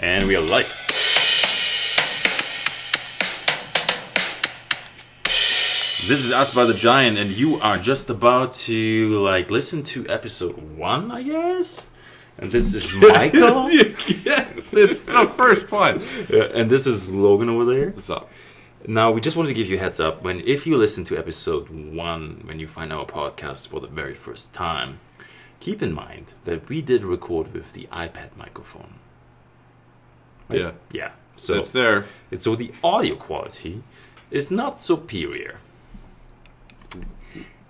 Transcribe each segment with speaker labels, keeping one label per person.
Speaker 1: And we are live. This is Us by the Giant, and you are just about to like listen to episode one, I guess. And this is Michael,
Speaker 2: yes, it's the first one.
Speaker 1: Yeah, and this is Logan over there.
Speaker 2: What's up?
Speaker 1: Now, we just wanted to give you a heads up when if you listen to episode one, when you find our podcast for the very first time, keep in mind that we did record with the iPad microphone.
Speaker 2: Yeah,
Speaker 1: Yeah, so
Speaker 2: so it's there.
Speaker 1: And so the audio quality is not superior.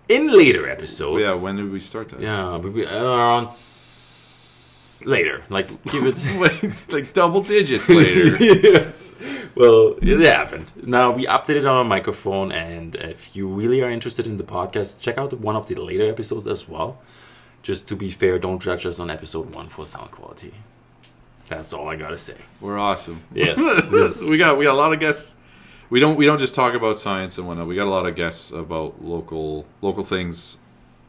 Speaker 1: In later episodes,
Speaker 2: yeah, when did we start that?
Speaker 1: yeah, but we, around s- later, like give it
Speaker 2: like, like double digits later.
Speaker 1: yes. Well, it happened. Now we updated our microphone, and if you really are interested in the podcast, check out one of the later episodes as well. Just to be fair, don't judge us on episode one for sound quality. That's all I gotta say.
Speaker 2: We're awesome.
Speaker 1: Yes, this-
Speaker 2: we got we got a lot of guests. We don't we don't just talk about science and whatnot. We got a lot of guests about local local things,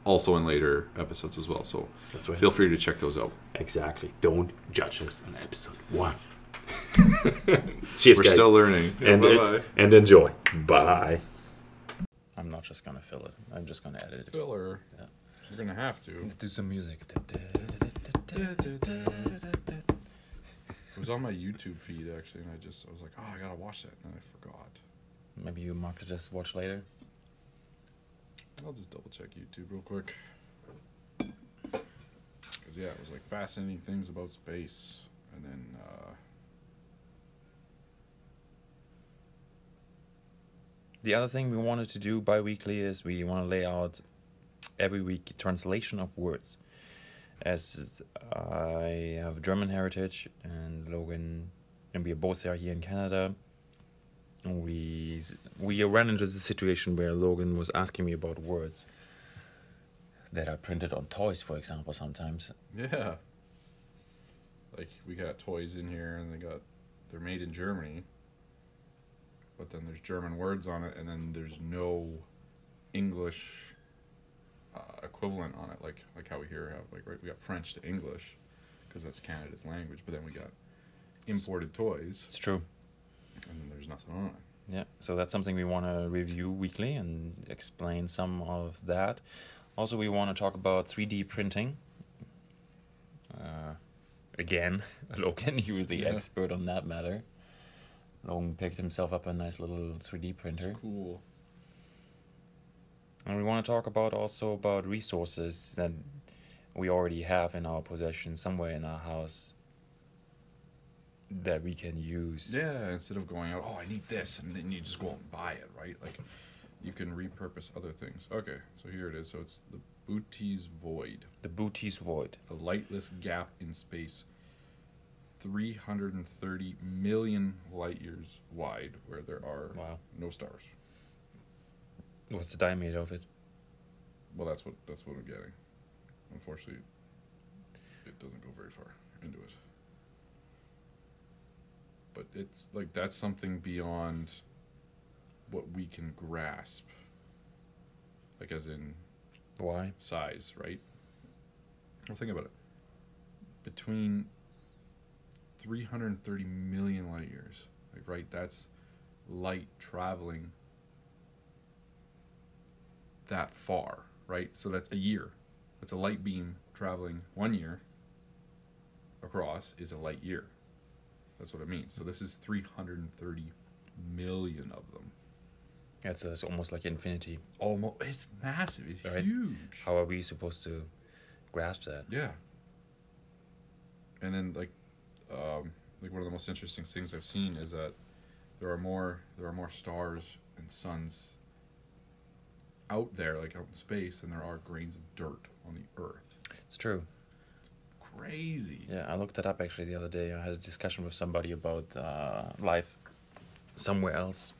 Speaker 2: also in later episodes as well. So
Speaker 1: That's right.
Speaker 2: feel free to check those out.
Speaker 1: Exactly. Don't judge us on episode one. Cheers,
Speaker 2: We're
Speaker 1: guys.
Speaker 2: still learning. Yeah,
Speaker 1: and, uh,
Speaker 2: bye-bye.
Speaker 1: and enjoy. Bye. I'm not just gonna fill it. I'm just gonna edit it.
Speaker 3: filler.
Speaker 1: Yeah.
Speaker 3: You're gonna have to.
Speaker 1: Do some music.
Speaker 3: It was on my YouTube feed actually, and I just I was like, oh, I gotta watch that, and I forgot.
Speaker 1: Maybe you marked it as watch later.
Speaker 3: I'll just double check YouTube real quick. Cause yeah, it was like fascinating things about space, and then uh,
Speaker 1: The other thing we wanted to do bi-weekly is we want to lay out every week translation of words. As uh, I have German heritage and Logan, and we are both are here in Canada. And we we ran into the situation where Logan was asking me about words that are printed on toys, for example, sometimes.
Speaker 3: yeah, like we got toys in here, and they got they're made in Germany, but then there's German words on it, and then there's no English uh, equivalent on it, like like how we hear how like right, we got French to English, because that's Canada's language. But then we got imported toys,
Speaker 1: It's true.
Speaker 3: and then there's nothing on it.
Speaker 1: Yeah, so that's something we want to review weekly and explain some of that. Also, we want to talk about 3D printing. Uh, again, Logan, you're the
Speaker 3: Yeah.
Speaker 1: expert on that matter. Logan picked himself up a nice little 3D printer.
Speaker 3: It's cool.
Speaker 1: And we want to talk about also about resources that we already have in our possession somewhere in our house that we can use.
Speaker 3: Yeah, instead of going out, oh, I need this, and then you just go out and buy it, right? Like, you can repurpose other things. Okay, so here it is. So it's the Booties Void,
Speaker 1: The booties void.
Speaker 3: a lightless gap in space, 330 million light years wide, where there are
Speaker 1: Wow.
Speaker 3: no stars.
Speaker 1: What's the diameter of it?
Speaker 3: Well, that's what that's what I'm getting. Unfortunately, it doesn't go very far into it. But it's like that's something beyond what we can grasp. Like as in
Speaker 1: Why?
Speaker 3: size, right? Well, think about it. Between 330 million light years, like right, that's light traveling that far, right? So that's a year. That's a light beam traveling one year across is a light year. That's what it means. So this is 330 million of them.
Speaker 1: That's it's almost like infinity.
Speaker 3: Almost, it's massive. It's
Speaker 1: Right.
Speaker 3: huge.
Speaker 1: How are we supposed to grasp that?
Speaker 3: Yeah. And then like, um, like one of the most interesting things I've seen is that there are more there are more stars and suns out there, like out in space, than there are grains of dirt on the Earth.
Speaker 1: It's true.
Speaker 3: Crazy.
Speaker 1: Yeah, I looked that up actually the other day. I had a discussion with somebody about uh, life somewhere else,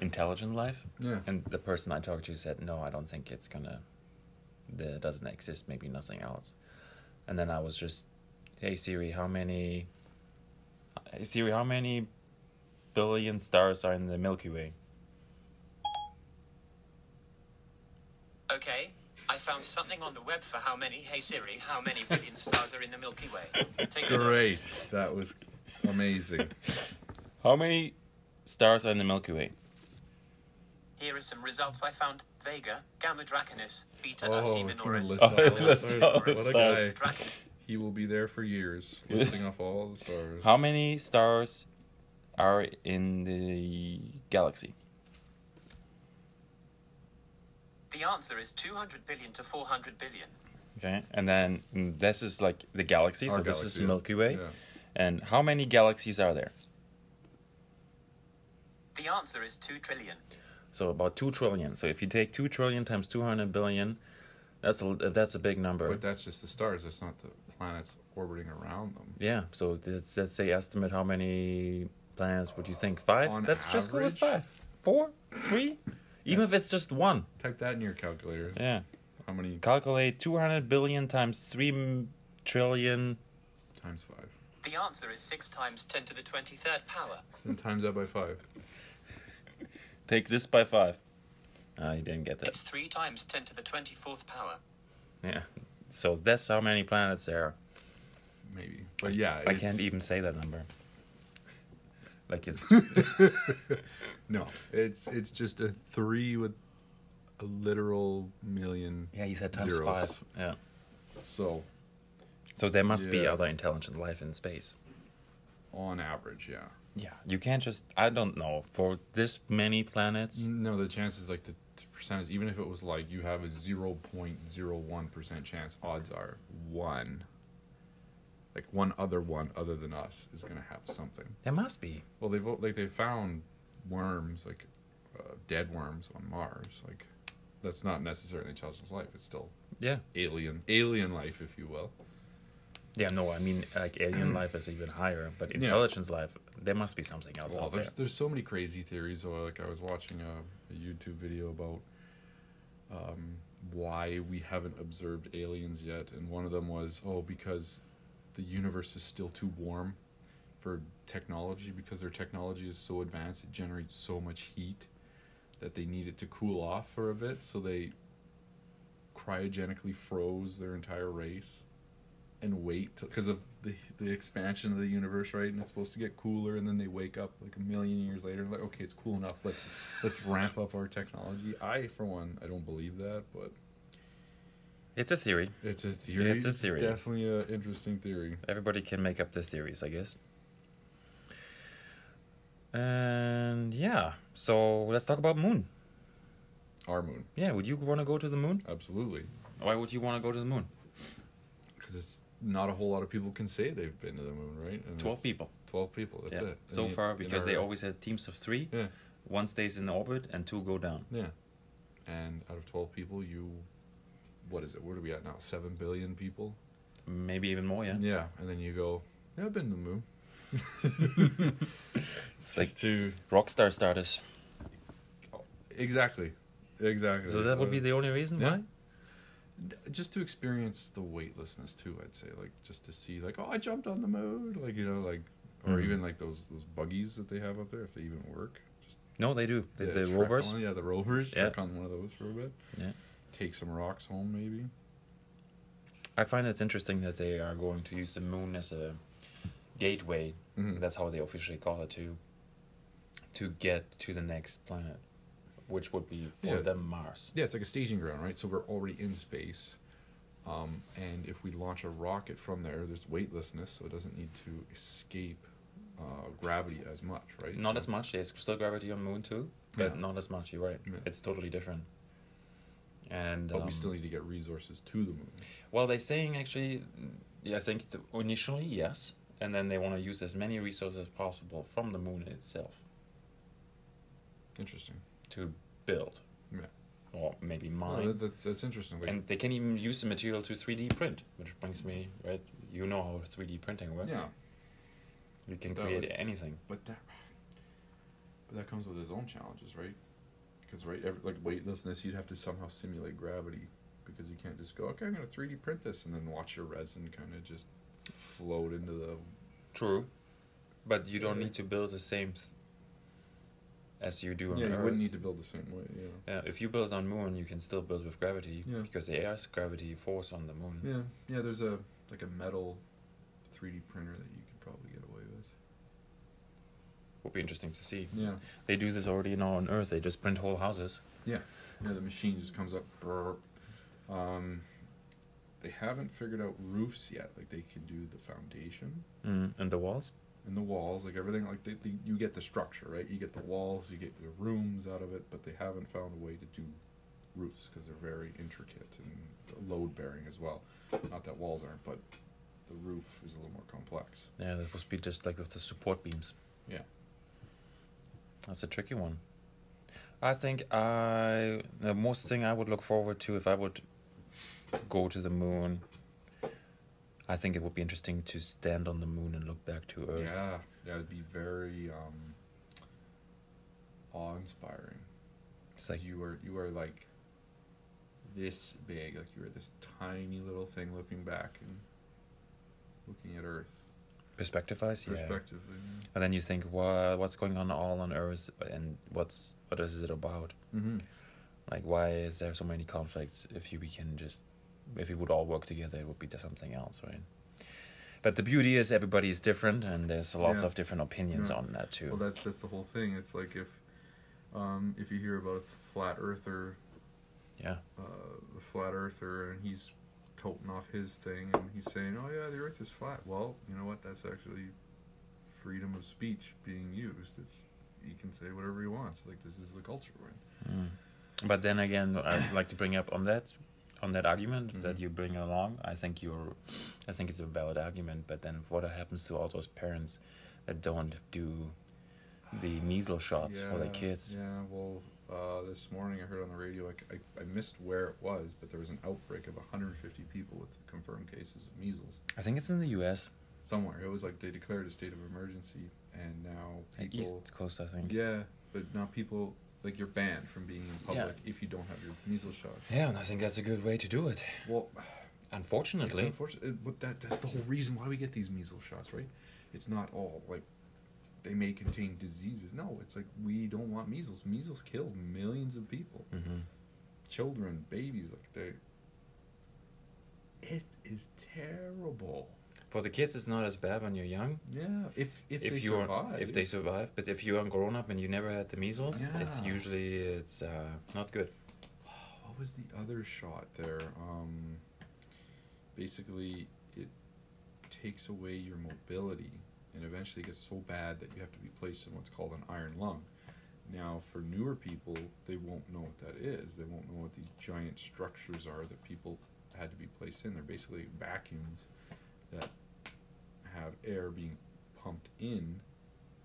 Speaker 1: intelligent life,
Speaker 3: Yeah.
Speaker 1: and the person I talked to said, "No, I don't think it's gonna. There doesn't exist. Maybe nothing else." And then I was just, "Hey Siri, how many? Hey Siri, how many billion stars are in the Milky Way?"
Speaker 4: Okay, I found something on the web for how many, hey Siri, how many billion stars are in the Milky Way? Take a look.
Speaker 3: Great. That was Amazing.
Speaker 1: How many stars are in the Milky Way?
Speaker 4: Here are some results I found. Vega, Gamma Draconis, Beta
Speaker 3: Oh,
Speaker 4: Ursae
Speaker 3: it's gonna
Speaker 4: Minoris.
Speaker 3: list
Speaker 1: Oh,
Speaker 3: all
Speaker 1: it
Speaker 3: the
Speaker 1: lists all the
Speaker 3: stars. What a
Speaker 1: stars.
Speaker 3: guy.
Speaker 4: Draconis.
Speaker 3: He will be there for years, listing off all the stars.
Speaker 1: How many stars are in the galaxy?
Speaker 4: The answer is 200 billion to 400 billion.
Speaker 1: Okay, and then mm, this is like the galaxy, so
Speaker 3: Our
Speaker 1: this
Speaker 3: galaxy,
Speaker 1: is
Speaker 3: yeah.
Speaker 1: Milky Way.
Speaker 3: Yeah.
Speaker 1: And how many galaxies are there?
Speaker 4: The answer is 2 trillion.
Speaker 1: So about two trillion. So if you take two trillion times two hundred billion, that's a that's a big number.
Speaker 3: But that's just the stars. That's not the planets orbiting around them.
Speaker 1: yeah. So let's, let's say estimate how many planets would you think? Five.
Speaker 3: on
Speaker 1: let's just go with
Speaker 3: average?
Speaker 1: five, four, three. Even if it's just one.
Speaker 3: Type that in your calculator.
Speaker 1: Yeah.
Speaker 3: How many
Speaker 1: Calculate two hundred billion times three m- trillion.
Speaker 3: times five?
Speaker 4: The answer is 6 times 10 to the 23rd power.
Speaker 3: Then times that by five.
Speaker 1: Take this by five. I didn't get that.
Speaker 4: It's 3 times 10 to the 24th power.
Speaker 1: Yeah. So that's how many planets there are.
Speaker 3: Maybe. But yeah,
Speaker 1: I
Speaker 3: it's-
Speaker 1: can't even say that number. Like it's
Speaker 3: No, it's it's just a three with a literal million.
Speaker 1: yeah, you said times
Speaker 3: Zeros.
Speaker 1: five. Yeah.
Speaker 3: So
Speaker 1: So there must be
Speaker 3: Yeah.
Speaker 1: other intelligent life in space.
Speaker 3: on average, yeah.
Speaker 1: Yeah, you can't just I don't know for this many planets.
Speaker 3: No, the chances like the the percentage, even if it was like you have a zero point zero one percent chance, odds are one. Like one other one other than us is gonna have something.
Speaker 1: There must be.
Speaker 3: Well, they've like they found worms, like uh, dead worms on Mars. Like that's not necessarily intelligent life. It's still
Speaker 1: Yeah.
Speaker 3: alien, alien life, if you will.
Speaker 1: Yeah, no, I mean like alien life is even higher, but
Speaker 3: Yeah.
Speaker 1: intelligence life there must be something else
Speaker 3: Well,
Speaker 1: out there.
Speaker 3: there's there's so many crazy theories. Or like I was watching a, a YouTube video about um, why we haven't observed aliens yet, and one of them was oh because the universe is still too warm for technology because their technology is so advanced it generates so much heat that they need it to cool off for a bit, so they cryogenically froze their entire race and wait because of the the expansion of the universe, right? And it's supposed to get cooler, and then they wake up like a million years later, and like, okay, it's cool enough. Let's let's ramp up our technology. I, for one, I don't believe that, but
Speaker 1: It's a theory.
Speaker 3: it's a theory.
Speaker 1: It's a theory.
Speaker 3: Definitely an interesting theory.
Speaker 1: Everybody can make up their theories, I guess. And yeah, so let's talk about moon.
Speaker 3: Our moon,
Speaker 1: Yeah, would you want to go to the moon?
Speaker 3: absolutely,
Speaker 1: Why would you want to go to the moon?
Speaker 3: because it's not a whole lot of people can say they've been to the moon, right? And
Speaker 1: 12
Speaker 3: it's-
Speaker 1: people.
Speaker 3: Twelve people. That's
Speaker 1: yeah.
Speaker 3: it.
Speaker 1: So
Speaker 3: And they-
Speaker 1: far,
Speaker 3: and
Speaker 1: because
Speaker 3: our-
Speaker 1: they always had teams of three.
Speaker 3: Yeah.
Speaker 1: One stays in orbit and two go down.
Speaker 3: Yeah. And out of twelve people, you, what is it? What are we at now? Seven billion people.
Speaker 1: Maybe even more, yeah.
Speaker 3: Yeah, and then you go, yeah, I've been to the moon.
Speaker 1: It's like
Speaker 3: to
Speaker 1: rockstar status.
Speaker 3: exactly, exactly.
Speaker 1: So that would be the only reason
Speaker 3: Yeah.
Speaker 1: why?
Speaker 3: just to experience the weightlessness too. I'd say like just to see like oh I jumped on the moon like you know like or
Speaker 1: Mhm.
Speaker 3: even like those those buggies that they have up there if they even work. Just
Speaker 1: No, they do. The,
Speaker 3: yeah,
Speaker 1: the
Speaker 3: trek
Speaker 1: rovers.
Speaker 3: on- yeah, the rovers.
Speaker 1: Yeah.
Speaker 3: Check on one of those for a bit.
Speaker 1: Yeah.
Speaker 3: Take some rocks home maybe.
Speaker 1: I find it's interesting that they are going to use the moon as a gateway.
Speaker 3: Mhm.
Speaker 1: That's how they officially call it to to get to the next planet, which would be for
Speaker 3: Yeah.
Speaker 1: them Mars.
Speaker 3: Yeah, it's like a staging ground, right? So we're already in space. Um, and if we launch a rocket from there, there's weightlessness, so it doesn't need to escape uh, gravity as much, right?
Speaker 1: Not
Speaker 3: So-
Speaker 1: as much. There's still gravity on moon too, but
Speaker 3: Yeah.
Speaker 1: not as much. You're right.
Speaker 3: Yeah.
Speaker 1: It's totally different. And
Speaker 3: But
Speaker 1: um,
Speaker 3: we still need to get resources to the moon.
Speaker 1: Well, they're saying actually, yeah, I think th- initially yes, and then they want to use as many resources as possible from the moon itself
Speaker 3: Interesting.
Speaker 1: to build,
Speaker 3: Yeah.
Speaker 1: or maybe
Speaker 3: Oh,
Speaker 1: mine.
Speaker 3: that, that's, that's interesting. Like,
Speaker 1: and they can even use the material to 3D print, which brings me right. You know how 3D printing works.
Speaker 3: yeah,
Speaker 1: You can
Speaker 3: That
Speaker 1: create
Speaker 3: would-
Speaker 1: anything.
Speaker 3: but that but that comes with its own challenges, right? Because right, every, like weightlessness, you'd have to somehow simulate gravity because you can't just go, okay, I'm gonna 3D print this, and then watch your resin kind of just float into the
Speaker 1: True, but you don't
Speaker 3: Yeah.
Speaker 1: need to build the same th- as you do on
Speaker 3: yeah, you
Speaker 1: Earth.
Speaker 3: wouldn't need to build the same way. Yeah.
Speaker 1: Yeah, if you build on moon, you can still build with gravity
Speaker 3: Yeah.
Speaker 1: because there is gravity force on the moon.
Speaker 3: Yeah, yeah. There's a like a metal 3D printer that you could probably get away with.
Speaker 1: Would be interesting to see.
Speaker 3: Yeah.
Speaker 1: They do this already now on Earth. They just print whole houses.
Speaker 3: Yeah. Yeah, the machine just comes up. brrr. Um, they haven't figured out roofs yet. Like they can do the foundation
Speaker 1: Mm. And the walls.
Speaker 3: and the walls, like everything. Like they, they, you get the structure, right? You get the walls, you get your rooms out of it, but they haven't found a way to do roofs because they're very intricate and load bearing as well. Not that walls aren't, but the roof is a little more complex.
Speaker 1: Yeah, that would be just like with the support beams.
Speaker 3: Yeah.
Speaker 1: That's a tricky one. I think I the most thing I would look forward to if I would go to the moon. I think it would be interesting to stand on the moon and look back to Earth.
Speaker 3: Yeah, that would be very um, awe-inspiring.
Speaker 1: It's like
Speaker 3: you were you were like this big, like you were this tiny little thing looking back and looking at Earth
Speaker 1: perspective wise, yeah.
Speaker 3: perspectively.
Speaker 1: And then you think, well, what's going on all on Earth, and what's what is it about?
Speaker 3: Mm-hmm.
Speaker 1: Like, why is there so many conflicts? If you we can just, if we would all work together, it would be something else, right? But the beauty is everybody is different, and there's lots
Speaker 3: Yeah.
Speaker 1: of different opinions
Speaker 3: Yeah.
Speaker 1: on that too.
Speaker 3: Well, that's that's the whole thing. It's like if um, if you hear about a flat earther,
Speaker 1: yeah,
Speaker 3: uh, a flat earther, and he's toting off his thing, and he's saying, "Oh yeah, the Earth is flat." Well, you know what? That's actually freedom of speech being used. It's he can say whatever he wants. Like this is the culture we're in.
Speaker 1: but then again, I'd like to bring up on that, on that argument that
Speaker 3: Mhm.
Speaker 1: you bring along. I think you're, I think it's a valid argument. But then, what happens to all those parents that don't do the measles shots for their kids?
Speaker 3: Yeah, well, uh, this morning I heard on the radio, I, I, I missed where it was, but there was an outbreak of 150 people with confirmed cases of measles
Speaker 1: I think it's in the U.S.
Speaker 3: somewhere. It was like they declared a state of emergency, and now
Speaker 1: and
Speaker 3: people.
Speaker 1: East Coast, I think.
Speaker 3: Yeah, but now people, like, you're banned from being in public if you don't have your measles shot.
Speaker 1: Yeah, and I think that's a good way to do it.
Speaker 3: Well, it's
Speaker 1: Unfortunately,
Speaker 3: unfortunate, it- uh, but that, that's the whole reason why we get these measles shots, right? It's not all, like, they may contain diseases. No, it's like we don't want measles. Measles killed millions of people.
Speaker 1: hmm
Speaker 3: children, babies, like they. It is terrible.
Speaker 1: for the kids, it's not as bad when you're young.
Speaker 3: Yeah, if if, they
Speaker 1: you
Speaker 3: survive,
Speaker 1: are, if they survive, but if you're a grown up and you never had the measles, it's
Speaker 3: Yeah.
Speaker 1: usually it's uh, not good.
Speaker 3: what was the other shot there? Um, basically, it takes away your mobility, and eventually it gets so bad that you have to be placed in what's called an iron lung. Now, for newer people, they won't know what that is. They won't know what these giant structures are that people had to be placed in. They're basically vacuums that have air being pumped in,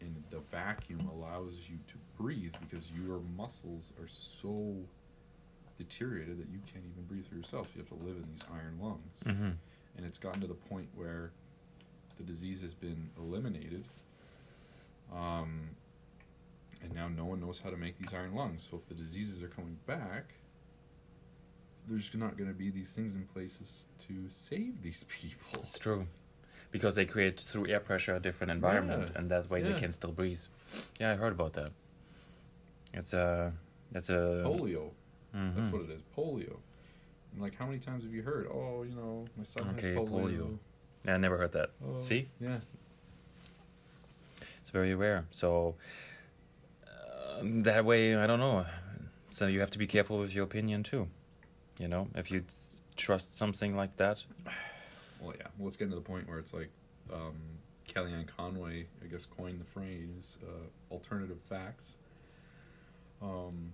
Speaker 3: and the vacuum allows you to breathe because your muscles are so deteriorated that you can't even breathe for yourself. You have to live in these iron lungs.
Speaker 1: Mm-hmm.
Speaker 3: And it's gotten to the point where the disease has been eliminated. Um, and now no one knows how to make these iron lungs. So if the diseases are coming back, there's not going to be these things in places to save these people.
Speaker 1: It's true, because they create through air pressure a different environment,
Speaker 3: Yeah.
Speaker 1: and that way
Speaker 3: Yeah.
Speaker 1: they can still breathe. Yeah, I heard about that. It's a that's a
Speaker 3: Polio. That's
Speaker 1: Mhm.
Speaker 3: what it is. Polio. And like, how many times have you heard? Oh, you know, my son
Speaker 1: Okay,
Speaker 3: has polio.
Speaker 1: polio. Yeah, I never heard that.
Speaker 3: Oh,
Speaker 1: See,
Speaker 3: Yeah.
Speaker 1: it's very rare. So uh, that way, I don't know. So you have to be careful with your opinion too. You know, if you s- trust something like that,
Speaker 3: Well, yeah. Well, it's getting to the point where it's like um, Kellyanne Conway, I guess, coined the phrase uh, "alternative facts." Um,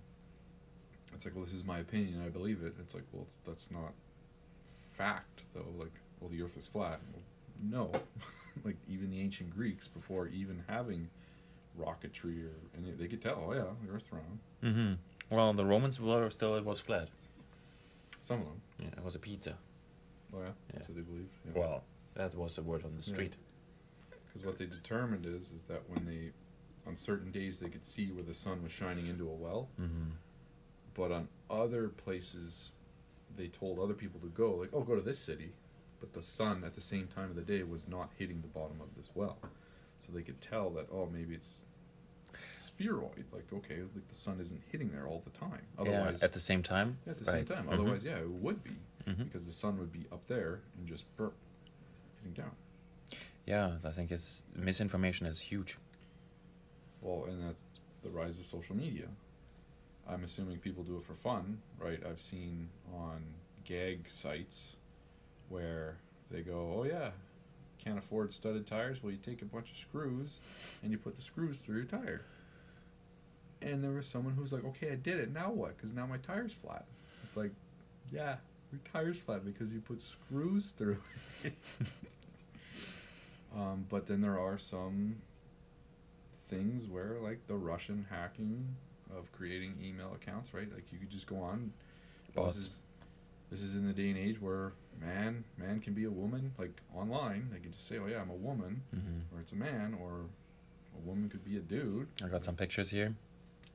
Speaker 3: it's like, well, this is my opinion. I believe it. It's like, well, that's not fact, though. Like, well, the Earth is flat. Well, no, like even the ancient Greeks, before even having rocketry or any, they could tell. Oh yeah, the Earth's round. Mm-hmm.
Speaker 1: hmm well, the Romans were still it was flat.
Speaker 3: Some of them.
Speaker 1: Yeah, it was a pizza.
Speaker 3: Oh yeah.
Speaker 1: Yeah.
Speaker 3: So they believe. Yeah.
Speaker 1: Well, that was a word on the
Speaker 3: Yeah.
Speaker 1: street.
Speaker 3: Because what they determined is is that when they, on certain days, they could see where the sun was shining into a well,
Speaker 1: hmm
Speaker 3: but on other places, they told other people to go, like, oh, go to this city, but the sun at the same time of the day was not hitting the bottom of this well, so they could tell that oh maybe it's spheroid, like okay, like the sun isn't hitting there all the time. Otherwise,
Speaker 1: yeah, at the same time.
Speaker 3: yeah, at the
Speaker 1: Right.
Speaker 3: same time.
Speaker 1: Mhm.
Speaker 3: Otherwise, yeah, it would be
Speaker 1: Mhm.
Speaker 3: because the sun would be up there and just burp hitting down.
Speaker 1: Yeah, I think it's misinformation is huge.
Speaker 3: Well, and that's the rise of social media. I'm assuming people do it for fun, right? I've seen on gag sites where they go, "Oh yeah, can't afford studded tires. Well, you take a bunch of screws and you put the screws through your tire." And there was someone who's like, "Okay, I did it. Now what? Because now my tire's flat." It's like, yeah, your tire's flat because you put screws through. it. um, but then there are some things where, like the Russian hacking of creating email accounts, right? Like you could just go on.
Speaker 1: Bots.
Speaker 3: This is, this is in the day and age where man, man can be a woman, like online. They can just say, "Oh yeah, I'm a woman," or "It's a man," or a woman could be a dude.
Speaker 1: Mm-hmm. I got some pictures here.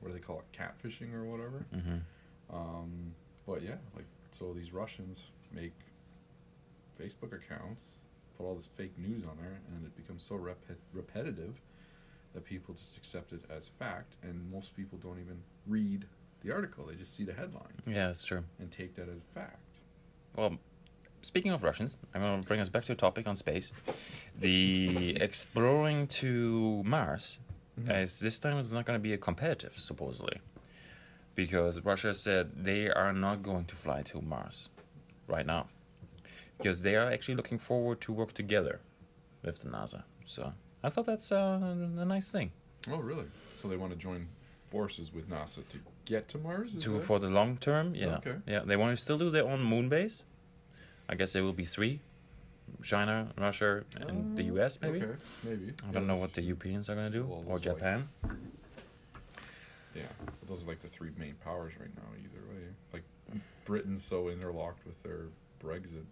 Speaker 3: What do they call it? Catfishing or whatever.
Speaker 1: Mm-hmm.
Speaker 3: Um, but yeah, like so these Russians make Facebook accounts, put all this fake news on there, and it becomes so rep- repetitive that people just accept it as fact, and most people don't even read the article; they just see the headline
Speaker 1: Yeah, that's true.
Speaker 3: and take that as fact.
Speaker 1: Well, speaking of Russians, I'm going to bring us back to a topic on space. The exploring to Mars uh, is this time it's not going to be a competitive, supposedly, because Russia said they are not going to fly to Mars right now, because they are actually looking forward to work together with the NASA. So I thought that's uh, a nice thing
Speaker 3: Oh, really? So they want to join forces with NASA to get to Mars? is
Speaker 1: to
Speaker 3: that-
Speaker 1: for the long term. Yeah,
Speaker 3: Mm-hmm. Okay.
Speaker 1: yeah, they want to still do their own moon base. I guess there will be three. China, Russia, and the U.S. Maybe.
Speaker 3: Oh, Okay, maybe.
Speaker 1: I don't know what the Europeans are gonna do
Speaker 3: Well,
Speaker 1: or
Speaker 3: it's like-
Speaker 1: Japan.
Speaker 3: Yeah, but those are like the three main powers right now. Either way, like Britain's so interlocked with their Brexit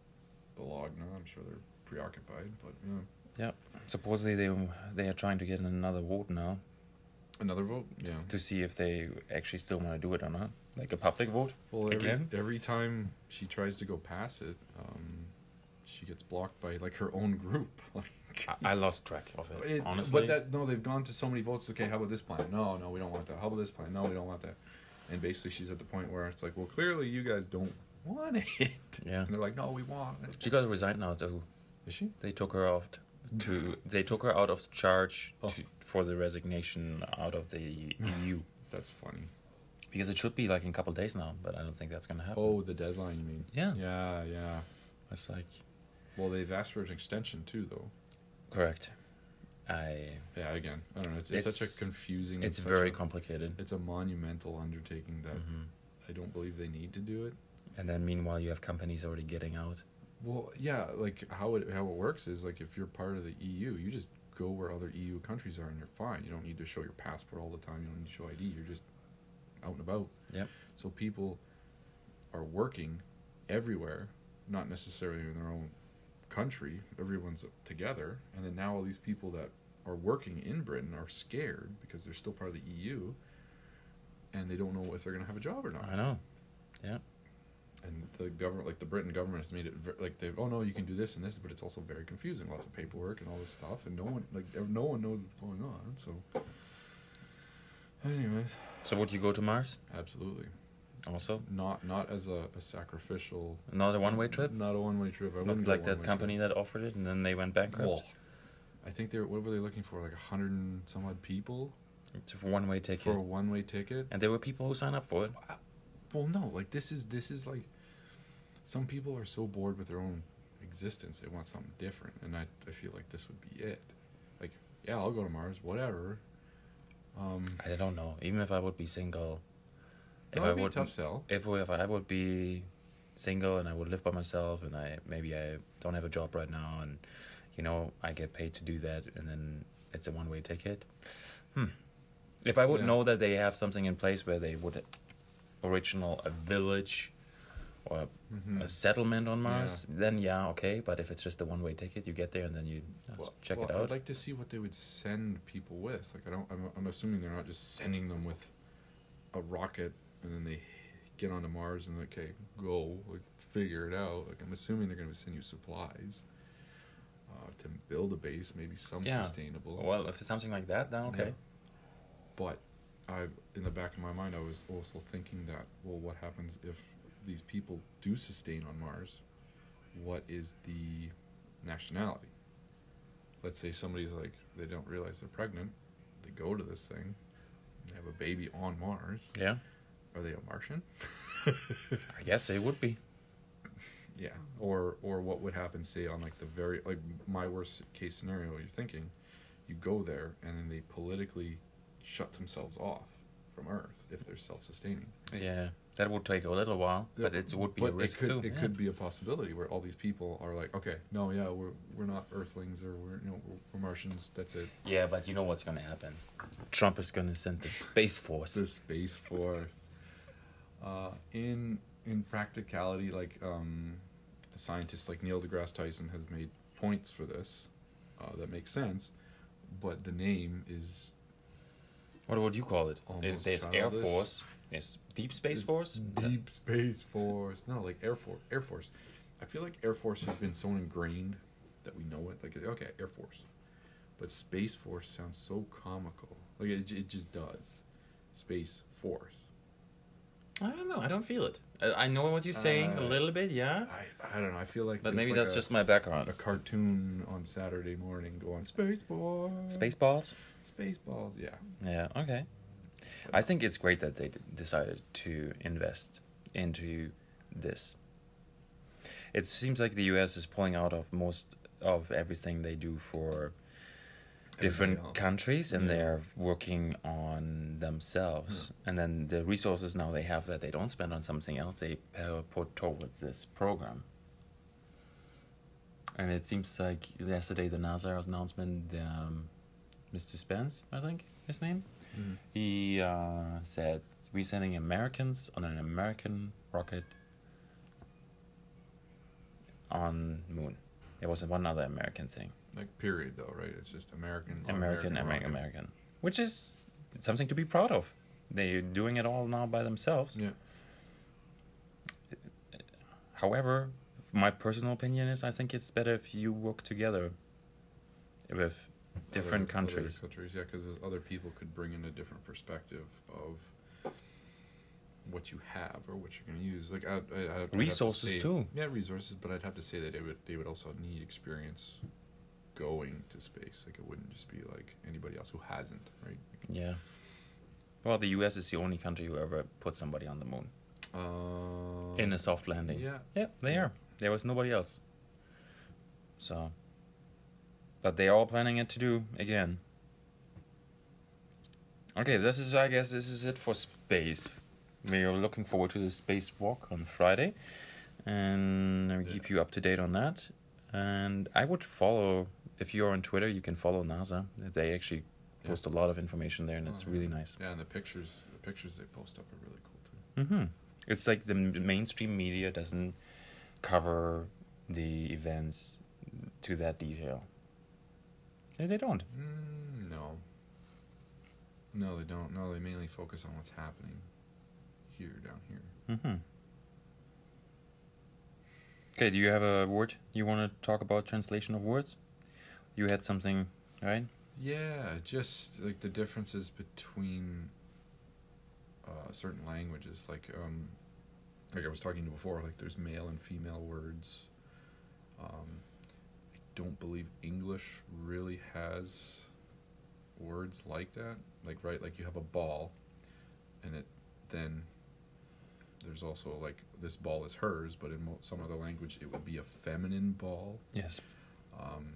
Speaker 3: Bologna, I'm sure they're preoccupied. But yeah,
Speaker 1: Yeah. Supposedly they they are trying to get another vote now
Speaker 3: another vote. Yeah.
Speaker 1: to see if they actually still want to do it or not, like a public vote.
Speaker 3: Well, every,
Speaker 1: Again?
Speaker 3: every time she tries to go past it, um, she gets blocked by like her own group. Like,
Speaker 1: I lost track of it,
Speaker 3: it,
Speaker 1: honestly.
Speaker 3: but that no, they've gone to so many votes. Okay, how about this plan? No, no, we don't want that. How about this plan? No, we don't want that. And basically, she's at the point where it's like, well, clearly you guys don't want it.
Speaker 1: Yeah.
Speaker 3: And they're like, no, we want it.
Speaker 1: She got to resign now though.
Speaker 3: Is she?
Speaker 1: They took her off t- to they took her out of charge
Speaker 3: Oh.
Speaker 1: to, for the resignation out of the E EU
Speaker 3: That's funny.
Speaker 1: because it should be like in a couple days now, but I don't think that's gonna happen.
Speaker 3: Oh, the deadline, you mean?
Speaker 1: Yeah.
Speaker 3: Yeah, yeah.
Speaker 1: It's like
Speaker 3: Well, they've asked for an extension too, though.
Speaker 1: correct. I
Speaker 3: Yeah, again, I don't know. It's, it's,
Speaker 1: It's-
Speaker 3: such a confusing. and
Speaker 1: it's
Speaker 3: such
Speaker 1: very Mm-hmm.
Speaker 3: a-
Speaker 1: complicated.
Speaker 3: It's a monumental undertaking that I don't believe they need to do it.
Speaker 1: And then meanwhile you have companies already getting out.
Speaker 3: Well, yeah, like how it how it works is like if you're part of the EU, you just go where other EU countries are and you're fine. You don't need to show your passport all the time. You don't need to show ID. You're just out and about.
Speaker 1: Yep.
Speaker 3: So people are working everywhere, not necessarily in their own country. Everyone's together, and then now all these people that are working in Britain are scared because they're still part of the EU, and they don't know if they're going to have a job or not
Speaker 1: I know.
Speaker 3: and the government, like the Britain government, has made it ver- like they've oh no, you can do this and this, but it's also very confusing, lots of paperwork and all this stuff, and no one like ev- no one knows what's going on. So, anyways,
Speaker 1: So would you go to Mars?
Speaker 3: absolutely
Speaker 1: also
Speaker 3: not not as a, a sacrificial
Speaker 1: not a one-way trip
Speaker 3: not a one way trip. I
Speaker 1: not
Speaker 3: wouldn't go
Speaker 1: like that
Speaker 3: one-way
Speaker 1: company that offered it and then they went
Speaker 3: trip.
Speaker 1: bankrupt
Speaker 3: Well, I think they're what were they looking for? Like a hundred and some odd people
Speaker 1: It's a one-way ticket
Speaker 3: for a one way ticket.
Speaker 1: and there were people who signed up for it
Speaker 3: Well, no, like this is this is like some people are so bored with their own existence they want something different, and I I feel like this would be it. Like, yeah, I'll go to Mars, whatever. Um,
Speaker 1: i don't know even if i would be single
Speaker 3: that
Speaker 1: if i
Speaker 3: would be a
Speaker 1: would
Speaker 3: tough sell.
Speaker 1: if, if i would be single and i would live by myself and i maybe i don't have a job right now and you know i get paid to do that and then it's a one-way ticket hmm if i would
Speaker 3: Yeah.
Speaker 1: know that they have something in place where they would original a village or a
Speaker 3: Mm-hmm.
Speaker 1: a settlement on Mars, then yeah, okay. But if it's just a one way ticket, you get there and then you uh, s- check it out.
Speaker 3: I'd like to see what they would send people with. Like, I don't. I'm, I'm assuming they're not just sending them with a rocket and then they get onto Mars and like, okay, go, like, figure it out. Like, I'm assuming they're going to send you supplies uh, to build a base, maybe some
Speaker 1: Yeah.
Speaker 3: sustainable.
Speaker 1: well, if it's something like that, then okay.
Speaker 3: But I, in the back of my mind, I was also thinking that, well, what happens if these people do sustain on Mars? What is the nationality? Let's say somebody's like, they don't realize they're pregnant. to go to this thing. They have a baby on Mars.
Speaker 1: Yeah,
Speaker 3: Are they a Martian?
Speaker 1: I guess they would be.
Speaker 3: Yeah. Or or what would happen say on like the very like my worst case scenario you're thinking, you go there and then they politically shut themselves off from Earth if they're self sustaining.
Speaker 1: Yeah, that would take a little while, but it would be a risk
Speaker 3: it could,
Speaker 1: too.
Speaker 3: It
Speaker 1: yeah.
Speaker 3: could be a possibility where all these people are like, okay, no, yeah, we're we're not Earthlings or we're you know we're, we're Martians. That's it.
Speaker 1: yeah, but you know what's gonna happen? Trump is gonna send the space force.
Speaker 3: the space force. Uh, in in practicality, like um, a scientist like Neil deGrasse Tyson has made points for this uh, that make sense, but the name is
Speaker 1: What would you call it? There-
Speaker 3: Almost
Speaker 1: There's Air
Speaker 3: childish.
Speaker 1: Force. There's Deep Space
Speaker 3: it's
Speaker 1: Force.
Speaker 3: Deep Space Force. No, like Air Force. Air Force. I feel like Air Force has been so ingrained that we know it. Like okay, Air Force, but Space Force sounds so comical. Like it, j- it just does. Space Force.
Speaker 1: I don't know. I don't feel it. I, I know what you're saying a
Speaker 3: Uh,
Speaker 1: little bit, yeah.
Speaker 3: I, I don't know. I feel like.
Speaker 1: But
Speaker 3: it's
Speaker 1: maybe
Speaker 3: like
Speaker 1: that's
Speaker 3: a-
Speaker 1: just my background.
Speaker 3: a cartoon on Saturday morning going space balls,
Speaker 1: Space balls.
Speaker 3: space balls. Yeah,
Speaker 1: Yeah. Okay. I think it's great that they d- decided to invest into this. It seems like the U.S. is pulling out of most of everything they do for different
Speaker 3: else.
Speaker 1: countries, and
Speaker 3: Yeah.
Speaker 1: they're working on themselves. And then the resources now they have that they don't spend on something else, they uh, put towards this program. And it seems like yesterday the NASA announcement, um, Mr. Spence, I think his name,
Speaker 3: Mm-hmm.
Speaker 1: he uh, said, We're sending Americans on an American rocket on moon. There was one other American thing.
Speaker 3: like period though, right? It's just American, on
Speaker 1: American, American,
Speaker 3: rocket.
Speaker 1: American. Which is something to be proud of. They're doing it all now by themselves.
Speaker 3: Yeah,
Speaker 1: However, my personal opinion is I think it's better if you work together with different
Speaker 3: Other-
Speaker 1: countries.
Speaker 3: other countries, yeah, because other people could bring in a different perspective of what you have or what you're going to use, like I, I, I, I'd have to
Speaker 1: Resources,
Speaker 3: say-
Speaker 1: too.
Speaker 3: Yeah, resources, but I'd have to say that they would they would also need experience going to space. Like it wouldn't just be like anybody else who hasn't, right?
Speaker 1: Yeah. Well, the US is the only country who ever put somebody on the moon
Speaker 3: Um,
Speaker 1: in a soft landing.
Speaker 3: yeah.
Speaker 1: Yeah, they
Speaker 3: Yeah.
Speaker 1: are. There was nobody else. So. But they are all planning it to do again. Okay, this is, I guess, this is it for space. We are looking forward to the space walk on Friday. And we
Speaker 3: Yeah.
Speaker 1: keep you up to date on that. And I would follow, if you're on Twitter, you can follow NASA. They actually
Speaker 3: Yeah.
Speaker 1: post a lot of information there, and
Speaker 3: Oh,
Speaker 1: it's
Speaker 3: yeah.
Speaker 1: really nice.
Speaker 3: Yeah, and the pictures the pictures they post up are really cool too.
Speaker 1: Mm-hmm. It's like the m- mainstream media doesn't cover the events to that detail. They, they don't.
Speaker 3: Mm, no. No, they don't. No, they mainly focus on what's happening here, down here.
Speaker 1: Mm-hmm. Okay, do you have a word you want to talk about translation of words? You had something, right?
Speaker 3: Yeah, just like the differences between uh, certain languages. Like, um, like I was talking to before, like there's male and female words. Um, I don't believe English really has words like that. Like, right, like you have a ball, and it then there's also like this ball is hers, but in mo- some other language it would be a feminine ball
Speaker 1: Yes.
Speaker 3: um,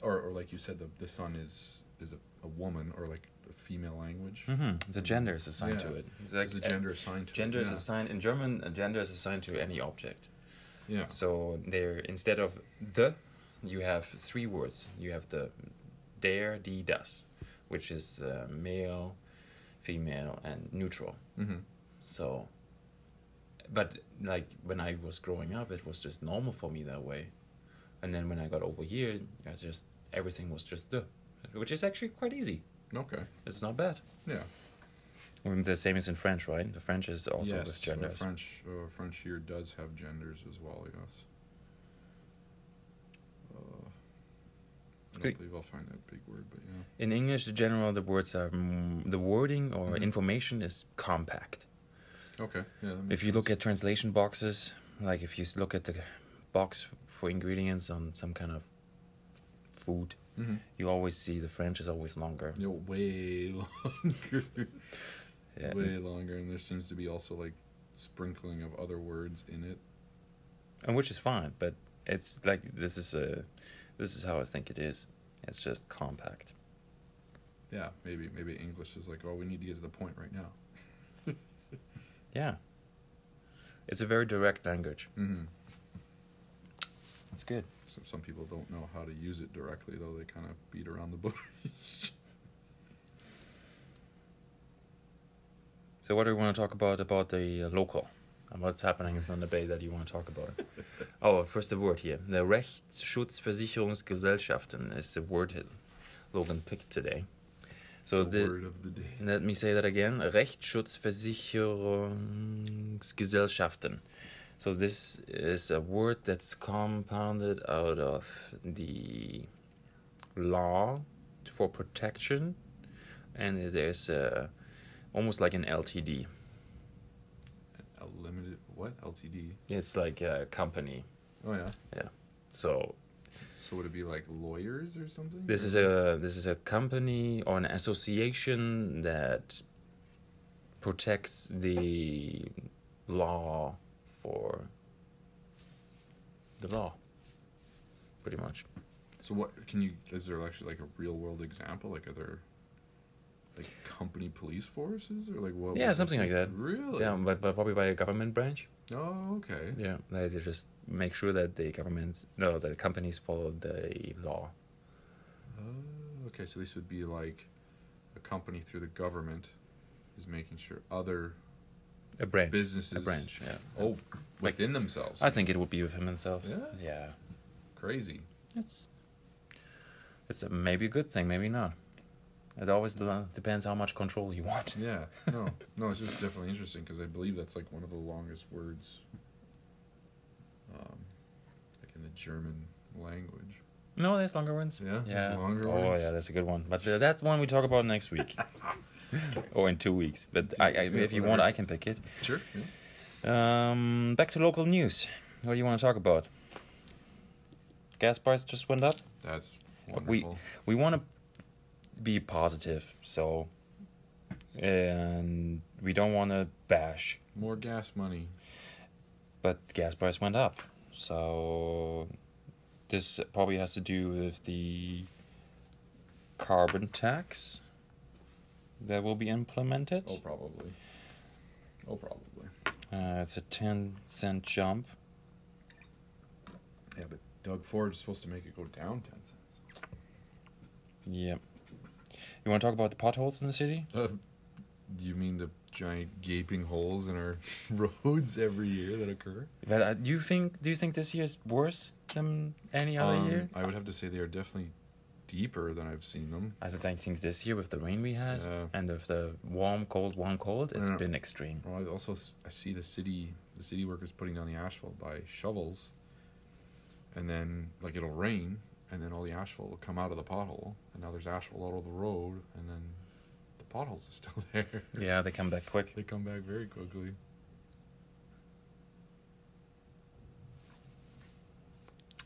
Speaker 3: or, or like you said, the, the son is is a, a woman or like a female language.
Speaker 1: Mm-hmm. The gender is assigned to
Speaker 3: Yeah.
Speaker 1: it. It's
Speaker 3: There's a
Speaker 1: uh,
Speaker 3: gender assigned to it,
Speaker 1: Gender is
Speaker 3: yeah.
Speaker 1: assigned in German. uh, Gender is assigned to any object.
Speaker 3: Yeah.
Speaker 1: So there, instead of the, you have three words. You have the der, die, das, which is uh, male, female, and neutral.
Speaker 3: Mm-hmm.
Speaker 1: So, but like when I was growing up, it was just normal for me that way. And then when I got over here, I just everything was just the, which is actually quite easy.
Speaker 3: Okay.
Speaker 1: It's not bad.
Speaker 3: Yeah.
Speaker 1: the same is in French, right? The French is also
Speaker 3: yes.
Speaker 1: with
Speaker 3: so
Speaker 1: genders.
Speaker 3: French uh, French here does have genders as well. Yes. Uh, I
Speaker 1: Great.
Speaker 3: don't believe I'll find that big word, but yeah.
Speaker 1: In English, in general, the words are mm, the wording or
Speaker 3: Mhm.
Speaker 1: information is compact.
Speaker 3: Okay. Yeah. That
Speaker 1: If
Speaker 3: makes
Speaker 1: you look
Speaker 3: sense.
Speaker 1: at translation boxes, like if you s- look at the box for ingredients on some kind of food You always see the French is always longer.
Speaker 3: No, Mm-hmm. way longer.
Speaker 1: Yeah.
Speaker 3: Way longer, and there seems to be also like sprinkling of other words in it.
Speaker 1: and which is fine but it's like this is a this is how i think it is it's just compact
Speaker 3: Yeah, maybe maybe English is like, oh, we need to get to the point right now.
Speaker 1: yeah it's a very direct language
Speaker 3: Mm-hmm.
Speaker 1: that's good
Speaker 3: Some some people don't know how to use it directly though. They kind of beat around the bush.
Speaker 1: so what do we want to talk about about the uh, local and what's happening in Thunder Bay that you want to talk about oh first the word here the Rechtsschutzversicherungsgesellschaften is the word that Logan picked today so
Speaker 3: the
Speaker 1: the
Speaker 3: word of the day.
Speaker 1: Let me say that again. Rechtsschutzversicherungsgesellschaften. So this is a word that's compounded out of the law for protection, and there's a almost like an LTD.
Speaker 3: A limited what LTD?
Speaker 1: It's like a company.
Speaker 3: Oh yeah.
Speaker 1: So
Speaker 3: So would it be like lawyers or something?
Speaker 1: this
Speaker 3: Or-
Speaker 1: is a this is a company or an association that protects the law for the law pretty much
Speaker 3: So what can you? Is there actually like a real world example? Like are there like company police forces or like what?
Speaker 1: Yeah,
Speaker 3: would
Speaker 1: something
Speaker 3: this be?
Speaker 1: like that.
Speaker 3: Really?
Speaker 1: yeah but, but probably by a government branch
Speaker 3: Oh, okay.
Speaker 1: yeah they they just make sure that the governments no that the companies follow the law
Speaker 3: Oh, okay, so this would be like a company through the government is making sure other
Speaker 1: a branch
Speaker 3: businesses
Speaker 1: a branch yeah
Speaker 3: oh within themselves.
Speaker 1: i think it would be with him himself
Speaker 3: Yeah?
Speaker 1: yeah
Speaker 3: Crazy.
Speaker 1: It's it's a, maybe a good thing, maybe not. It always de- depends how much control you want.
Speaker 3: Yeah. No. no, it's just definitely interesting because I believe that's like one of the longest words um like in the German language.
Speaker 1: No, there's longer ones.
Speaker 3: Yeah? There's
Speaker 1: yeah.
Speaker 3: longer
Speaker 1: oh,
Speaker 3: ones?
Speaker 1: yeah, that's a good one. But th- that's one we talk about next week, or in two weeks. But I, I,
Speaker 3: weeks, yeah,
Speaker 1: if you want,
Speaker 3: whatever.
Speaker 1: I can pick it.
Speaker 3: Sure. Yeah.
Speaker 1: Um, back to local news. What do you want to talk about? Gas price just went up.
Speaker 3: That's
Speaker 1: we
Speaker 3: wonderful.
Speaker 1: we want to be positive, so and we don't want to bash
Speaker 3: More gas money.
Speaker 1: but gas price went up. So this probably has to do with the carbon tax that will be implemented.
Speaker 3: Oh, probably. Oh, probably.
Speaker 1: Uh, it's a 10 cent jump.
Speaker 3: Yeah, but Doug Ford is supposed to make it go down 10 cents.
Speaker 1: Yep. You want to talk about the potholes in the city?
Speaker 3: Uh, you mean the giant gaping holes in our roads every year that occur?
Speaker 1: But uh, do you think do you think this year is worse than any other
Speaker 3: Um,
Speaker 1: year?
Speaker 3: I would have to say they are definitely deeper than I've seen them.
Speaker 1: I think think this year with the rain we had
Speaker 3: Yeah.
Speaker 1: and with the warm, cold, warm, cold, it's
Speaker 3: Yeah.
Speaker 1: been extreme.
Speaker 3: Well, I also s- I see the city the city workers putting down the asphalt by shovels, and then like it'll rain, and then all the asphalt will come out of the pothole, and now there's asphalt all over the road, and then the potholes are still there.
Speaker 1: Yeah, they come back quick.
Speaker 3: They come back very quickly.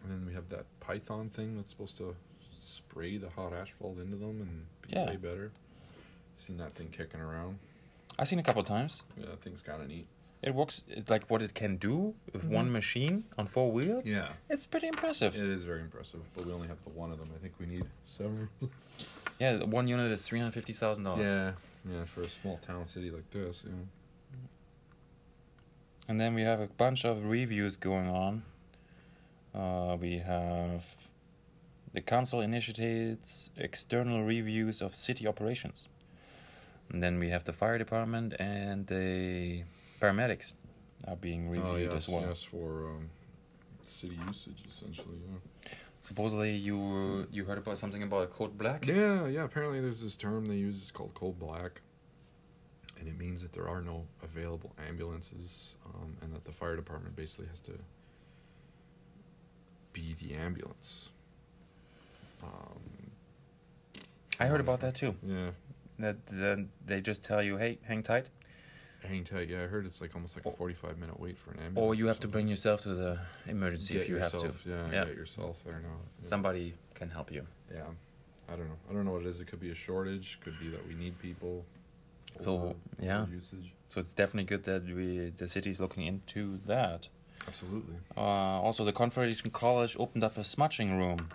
Speaker 3: And then we have that python thing that's supposed to spray the hot asphalt into them and be
Speaker 1: Yeah.
Speaker 3: way better. Seen that thing kicking around.
Speaker 1: I've seen a couple times.
Speaker 3: Yeah, that thing's kind of neat.
Speaker 1: It works it's like what it can do with one machine on four wheels.
Speaker 3: Mm-hmm. Yeah.
Speaker 1: It's pretty impressive.
Speaker 3: It is very impressive, but we only have the one of them. I think we need several.
Speaker 1: Yeah, the one unit is three hundred fifty thousand dollars.
Speaker 3: Yeah, yeah, for a small town city like this, yeah.
Speaker 1: And then we have a bunch of reviews going on. Uh, we have the council initiates external reviews of city operations. And then we have the fire department and the paramedics are being reviewed
Speaker 3: oh, yes,
Speaker 1: as well.
Speaker 3: yes, for um, city usage, essentially, yeah.
Speaker 1: Supposedly you you heard about something about a code black.
Speaker 3: Yeah, yeah. Apparently, there's this term they use. It's called cold black, and it means that there are no available ambulances, um, and that the fire department basically has to be the ambulance. Um,
Speaker 1: I heard about that too.
Speaker 3: yeah,
Speaker 1: That, that they just tell you, hey, hang tight.
Speaker 3: Hang tight. Yeah, I heard it's like almost like a 45 minute wait for an ambulance.
Speaker 1: Or Oh. you have to
Speaker 3: something.
Speaker 1: bring yourself to the emergency
Speaker 3: Get
Speaker 1: if you have
Speaker 3: yourself-
Speaker 1: to.
Speaker 3: Yeah,
Speaker 1: Yeah.
Speaker 3: get yourself there now. Yeah.
Speaker 1: Somebody can help you.
Speaker 3: yeah. I don't know. I don't know what it is. It could be a shortage. Could be that we need people.
Speaker 1: So,
Speaker 3: Over-
Speaker 1: yeah.
Speaker 3: over Usage.
Speaker 1: So it's definitely good that we the city is looking into that.
Speaker 3: Absolutely.
Speaker 1: Uh, also, the Confederation College opened up a smudging room.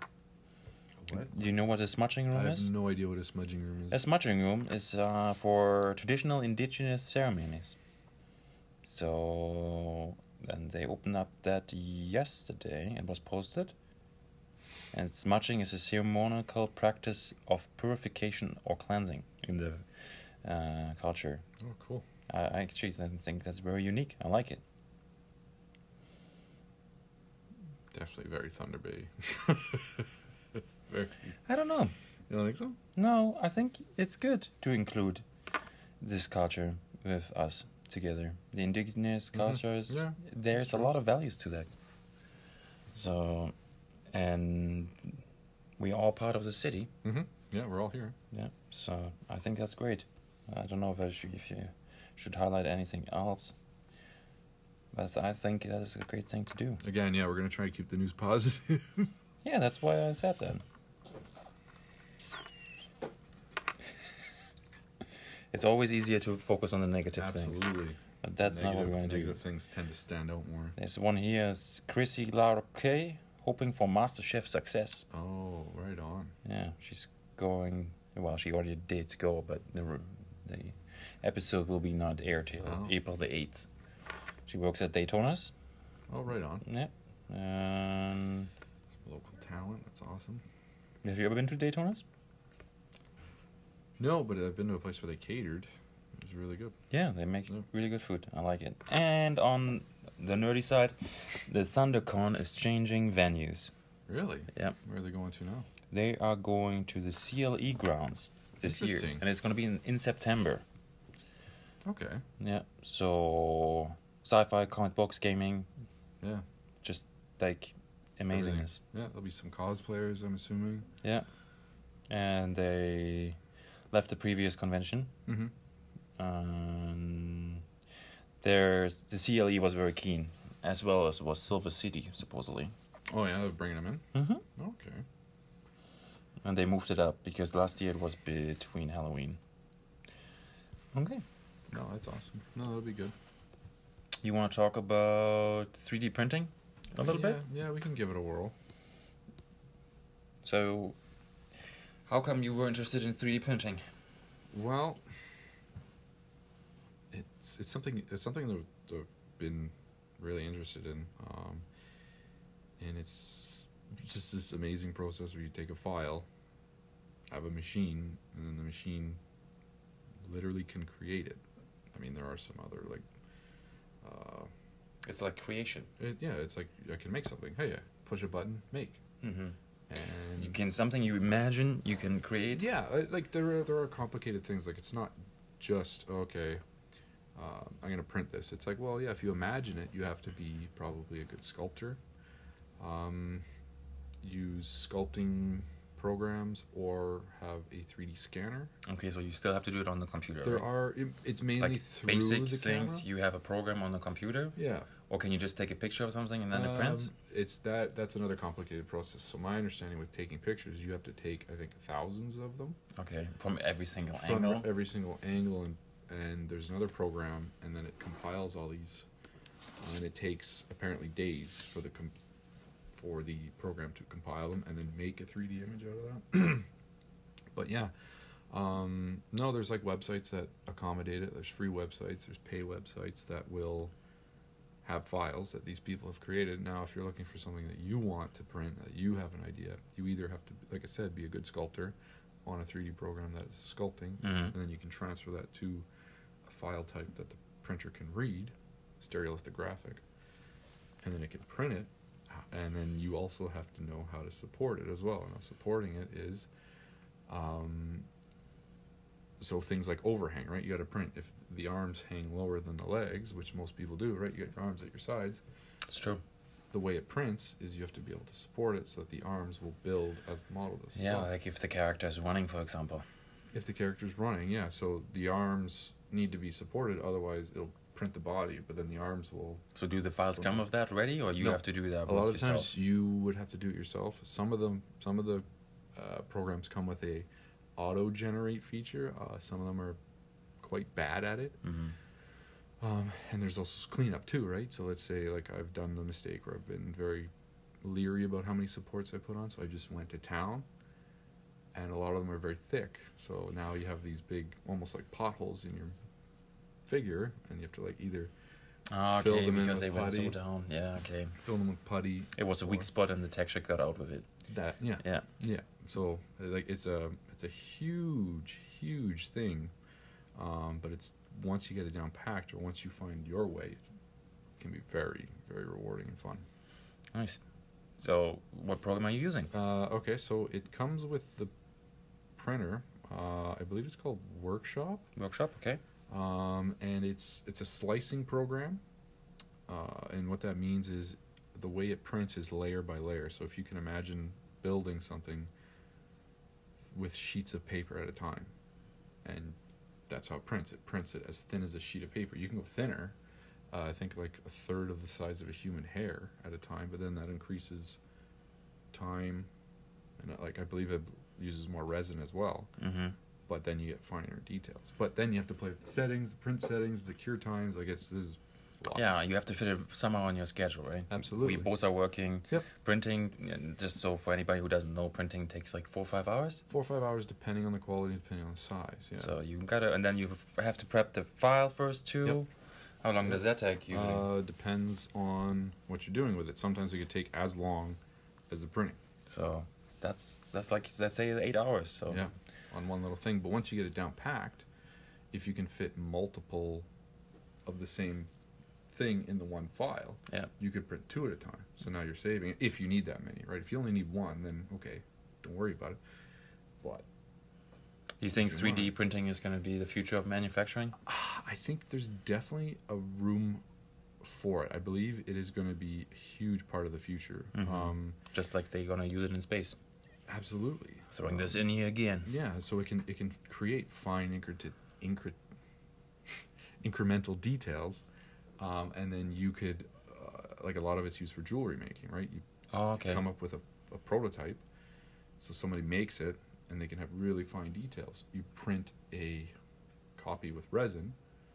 Speaker 3: What?
Speaker 1: Do you know what a smudging room
Speaker 3: I
Speaker 1: is?
Speaker 3: have no idea what a smudging room
Speaker 1: A
Speaker 3: is.
Speaker 1: smudging room is uh, for traditional indigenous ceremonies. So, and they opened up that yesterday and was posted. And smudging is a ceremonial practice of purification or cleansing in the uh, culture.
Speaker 3: Oh, cool.
Speaker 1: I I actually th- think that's very unique. I like it.
Speaker 3: Definitely very Thunder Bay. very.
Speaker 1: I don't know.
Speaker 3: You don't think so?
Speaker 1: No, I think it's good to include this culture with us together. The indigenous cultures,
Speaker 3: Yeah,
Speaker 1: there's a lot of values to that. So, and we are all part of the city.
Speaker 3: Mm-hmm. Yeah, we're all here.
Speaker 1: Yeah. So I think that's great. I don't know if I should, if you should highlight anything else. But I think that is a great thing to do.
Speaker 3: Again, yeah, we're gonna try to keep the news positive.
Speaker 1: Yeah, that's why I said that. It's always easier to focus on the negative things. But that's not what we want to do.
Speaker 3: Negative things tend to stand out more.
Speaker 1: There's one here, it's Chrissy Larocque, hoping for MasterChef success.
Speaker 3: Oh, right on.
Speaker 1: Yeah, she's going. Well, she already did go, but the r- the episode will be not aired till
Speaker 3: Oh.
Speaker 1: April the eighth. She works at Daytona's.
Speaker 3: Oh, right on.
Speaker 1: Yeah. Um,
Speaker 3: Some local talent. That's awesome.
Speaker 1: have you ever been to Daytona's?
Speaker 3: No, but I've been to a place where they catered. It was really good.
Speaker 1: Yeah, they make
Speaker 3: Yeah.
Speaker 1: really good food. I like it. And on the nerdy side, the ThunderCon is changing venues.
Speaker 3: Really?
Speaker 1: Yep.
Speaker 3: Where are they going to now?
Speaker 1: They are going to the CLE grounds this year,
Speaker 3: Interesting.
Speaker 1: and it's going to be in, in September.
Speaker 3: Okay.
Speaker 1: Yeah. So, sci-fi, comic books, gaming,
Speaker 3: Yeah.
Speaker 1: just like
Speaker 3: everything.
Speaker 1: amazingness.
Speaker 3: Yeah, there'll be some cosplayers, I'm assuming.
Speaker 1: Yeah. And they left the previous convention.
Speaker 3: Mm-hmm.
Speaker 1: Um, there's the CLE was very keen, as well as was Silver City supposedly.
Speaker 3: Oh yeah, they're bringing them
Speaker 1: Mm-hmm.
Speaker 3: in. Okay.
Speaker 1: And they moved it up because last year it was between Halloween. Okay.
Speaker 3: No, that's awesome. No, that'll be good.
Speaker 1: You want to talk about 3D printing a little
Speaker 3: yeah,
Speaker 1: bit?
Speaker 3: Yeah, we can give it a whirl.
Speaker 1: So, how come you were interested in 3D printing?
Speaker 3: Well, it's it's something it's something that I've been really interested in, um, and it's just this amazing process where you take a file, have a machine, and then the machine literally can create it. I mean, there are some other like, uh,
Speaker 1: It's like creation.
Speaker 3: it, yeah, it's like I can make something. Hey, I push a button, make,
Speaker 1: Mm-hmm.
Speaker 3: and
Speaker 1: You can something you imagine, you can create.
Speaker 3: yeah uh, like there are there are complicated things like it's not just okay uh, i'm gonna print this it's like well yeah if you imagine it you have to be probably a good sculptor um, use sculpting programs or have a 3d scanner
Speaker 1: Okay, so you still have to do it on the computer.
Speaker 3: there
Speaker 1: right?
Speaker 3: are it, it's mainly
Speaker 1: like
Speaker 3: through
Speaker 1: basic
Speaker 3: the
Speaker 1: things.
Speaker 3: camera
Speaker 1: You have a program on the computer,
Speaker 3: yeah
Speaker 1: or can you just take a picture of something and then it prints?
Speaker 3: Um, It's that that's another complicated process. So my understanding with taking pictures, you have to take I think thousands of them.
Speaker 1: Okay, Um, from every single
Speaker 3: from
Speaker 1: angle.
Speaker 3: every single angle and and there's another program and then it compiles all these uh, and it takes apparently days for the com- for the program to compile them and then make a 3D image out of that but yeah um, no there's like websites that accommodate it there's free websites there's pay websites that will have files that these people have created now if you're looking for something that you want to print that you have an idea you either have to like i said be a good sculptor on a 3d program that is sculpting
Speaker 1: Mhm.
Speaker 3: and then you can transfer that to a file type that the printer can read stereolithographic and then it can print it Uh, and then you also have to know how to support it as well now supporting it is um, so things like overhang, right? You got to print if the arms hang lower than the legs, which most people do, right? You got your arms at your sides.
Speaker 1: It's true.
Speaker 3: The way it prints is you have to be able to support it so that the arms will build as the model does.
Speaker 1: Yeah, like if the character is running, for example.
Speaker 3: If the character's running, yeah. So the arms need to be supported, otherwise it'll print the body, but then the arms will.
Speaker 1: So do the files come with that ready, or you
Speaker 3: No.
Speaker 1: have to do that
Speaker 3: A lot
Speaker 1: work
Speaker 3: of
Speaker 1: yourself?
Speaker 3: times you would have to do it yourself. Some of them, some of the uh, programs come with a auto generate feature. Uh, some of them are quite bad at it.
Speaker 1: Mhm.
Speaker 3: Um, and there's also cleanup too, right? So let's say like I've done the mistake where I've been very leery about how many supports I put on, so I just went to town. And a lot of them are very thick, so now you have these big, almost like potholes in your figure, and you have to like either
Speaker 1: Ah,
Speaker 3: fill
Speaker 1: okay,
Speaker 3: them in
Speaker 1: because
Speaker 3: with
Speaker 1: they went so
Speaker 3: putty.
Speaker 1: down. Yeah, okay.
Speaker 3: fill them with putty.
Speaker 1: It was a
Speaker 3: or
Speaker 1: weak spot, and the texture cut out with it.
Speaker 3: That yeah.
Speaker 1: Yeah.
Speaker 3: Yeah. So uh, like it's a it's a huge huge thing, um, but it's once you get it down packed or once you find your way, it's, it can be very very rewarding and fun.
Speaker 1: Nice. So, what program are you using?
Speaker 3: Uh, okay, so it comes with the printer. Uh, I believe it's called Workshop,
Speaker 1: Workshop, okay.
Speaker 3: um, and it's it's a slicing program. Uh, and what that means is the way it prints is layer by layer. So if you can imagine building something with sheets of paper at a time, and that's how it prints. It prints it as thin as a sheet of paper. You can go thinner. Uh, I think like a third of the size of a human hair at a time, but then that increases time, and uh, like I believe it uses more resin as well
Speaker 1: Mm-hmm.
Speaker 3: but then you get finer details. But then you have to play with the settings, the print settings, the cure times. Like it's there's lots.
Speaker 1: Yeah, you have to fit it somehow on your schedule, right?
Speaker 3: absolutely.
Speaker 1: We both are working.
Speaker 3: Yep.
Speaker 1: Printing, and just so for anybody who doesn't know, printing takes like four or five hours.
Speaker 3: Four or five hours, depending on the quality, depending on the size. Yeah. Uh,
Speaker 1: So you gotta, and then you have to prep the file first too. How long does that take usually?
Speaker 3: uh, depends on what you're doing with it. Sometimes it could take as long as the printing.
Speaker 1: so that's that's like let's say eight hours. So
Speaker 3: Yeah, on one little thing. But once you get it down packed, if you can fit multiple of the same thing in the one file,
Speaker 1: Yeah.
Speaker 3: you could print two at a time. So now you're saving it if you need that many, right? If you only need one, then okay, don't worry about it. But
Speaker 1: you think
Speaker 3: Sure.
Speaker 1: three D printing is gonna be the future of manufacturing?
Speaker 3: I think there's definitely a room for it. I believe it is going to be a huge part of the future.
Speaker 1: Mhm.
Speaker 3: Um,
Speaker 1: Just like they're gonna use it in space.
Speaker 3: absolutely.
Speaker 1: Throwing this in here again.
Speaker 3: Yeah, so it can it can create fine increti- incre- incremental details, um, and then you could uh, like a lot of it's used for jewelry making, right? You
Speaker 1: Oh, okay.
Speaker 3: come up with a, a prototype, so somebody makes it, and they can have really fine details. You print a copy with resin,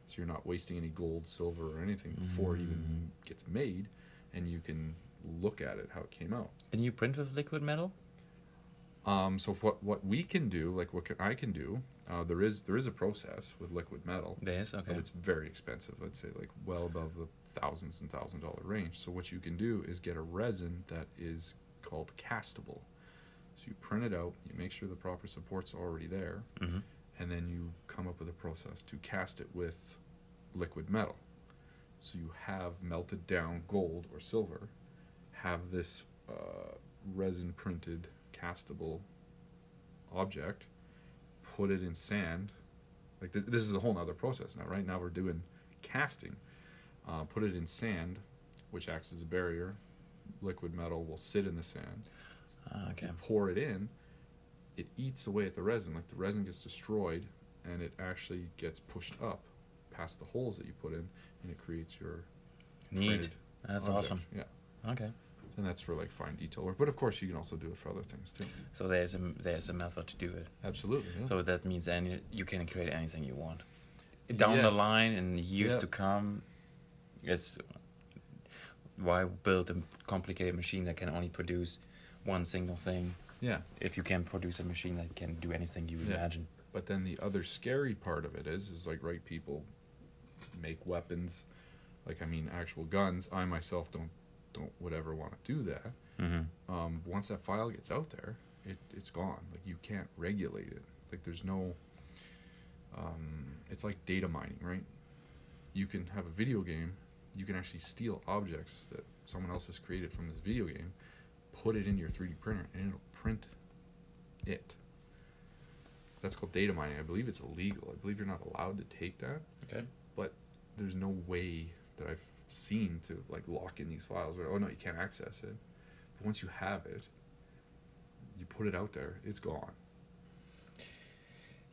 Speaker 3: so you're not wasting any gold, silver, or anything before it even gets made, and you can look at it how it came out.
Speaker 1: Can you print with liquid metal?
Speaker 3: Um, so what what we can do, like what can, I can do, uh, there is there is a process with liquid metal,
Speaker 1: Yes. Okay.
Speaker 3: but it's very expensive. Let's say like well above the thousands and thousand dollar range. So what you can do is get a resin that is called castable. So you print it out, you make sure the proper support's already there,
Speaker 1: Mhm.
Speaker 3: and then you come up with a process to cast it with liquid metal. So you have melted down gold or silver, have this uh, resin printed castable object, put it in sand. Like th- this is a whole nother process now, right? Now we're doing casting. Uh, put it in sand, which acts as a barrier. Liquid metal will sit in the sand
Speaker 1: Ah, okay.
Speaker 3: pour it in, it eats away at the resin. Like the resin gets destroyed and it actually gets pushed up past the holes that you put in and it creates your
Speaker 1: Neat.
Speaker 3: printed
Speaker 1: That's
Speaker 3: object.
Speaker 1: awesome.
Speaker 3: Yeah.
Speaker 1: Okay.
Speaker 3: And that's for like fine detail work. But of course you can also do it for other things too.
Speaker 1: So there's a there's a method to do it.
Speaker 3: Absolutely.
Speaker 1: So that means any you can create anything you want. Down
Speaker 2: Yes.
Speaker 1: the line in years
Speaker 3: Yeah.
Speaker 1: to come, it's why build a complicated machine that can only produce one single thing
Speaker 3: yeah.
Speaker 1: if you can produce a machine that can do anything you
Speaker 3: Yeah.
Speaker 1: imagine.
Speaker 3: But then the other scary part of it is, is like, right, people make weapons, like I mean, actual guns. I myself don't, don't would ever want to do that.
Speaker 1: Mm-hmm.
Speaker 3: Um, once that file gets out there, it it's gone. Like you can't regulate it. Like there's no. Um, it's like data mining, right? You can have a video game. You can actually steal objects that someone else has created from this video game, put it in your 3D printer, and it'll print it. That's called data mining. I believe it's illegal. I believe you're not allowed to take that.
Speaker 1: Okay.
Speaker 3: But there's no way that I've seen to like lock in these files. Where, oh no, you can't access it. But once you have it, you put it out there, it's gone.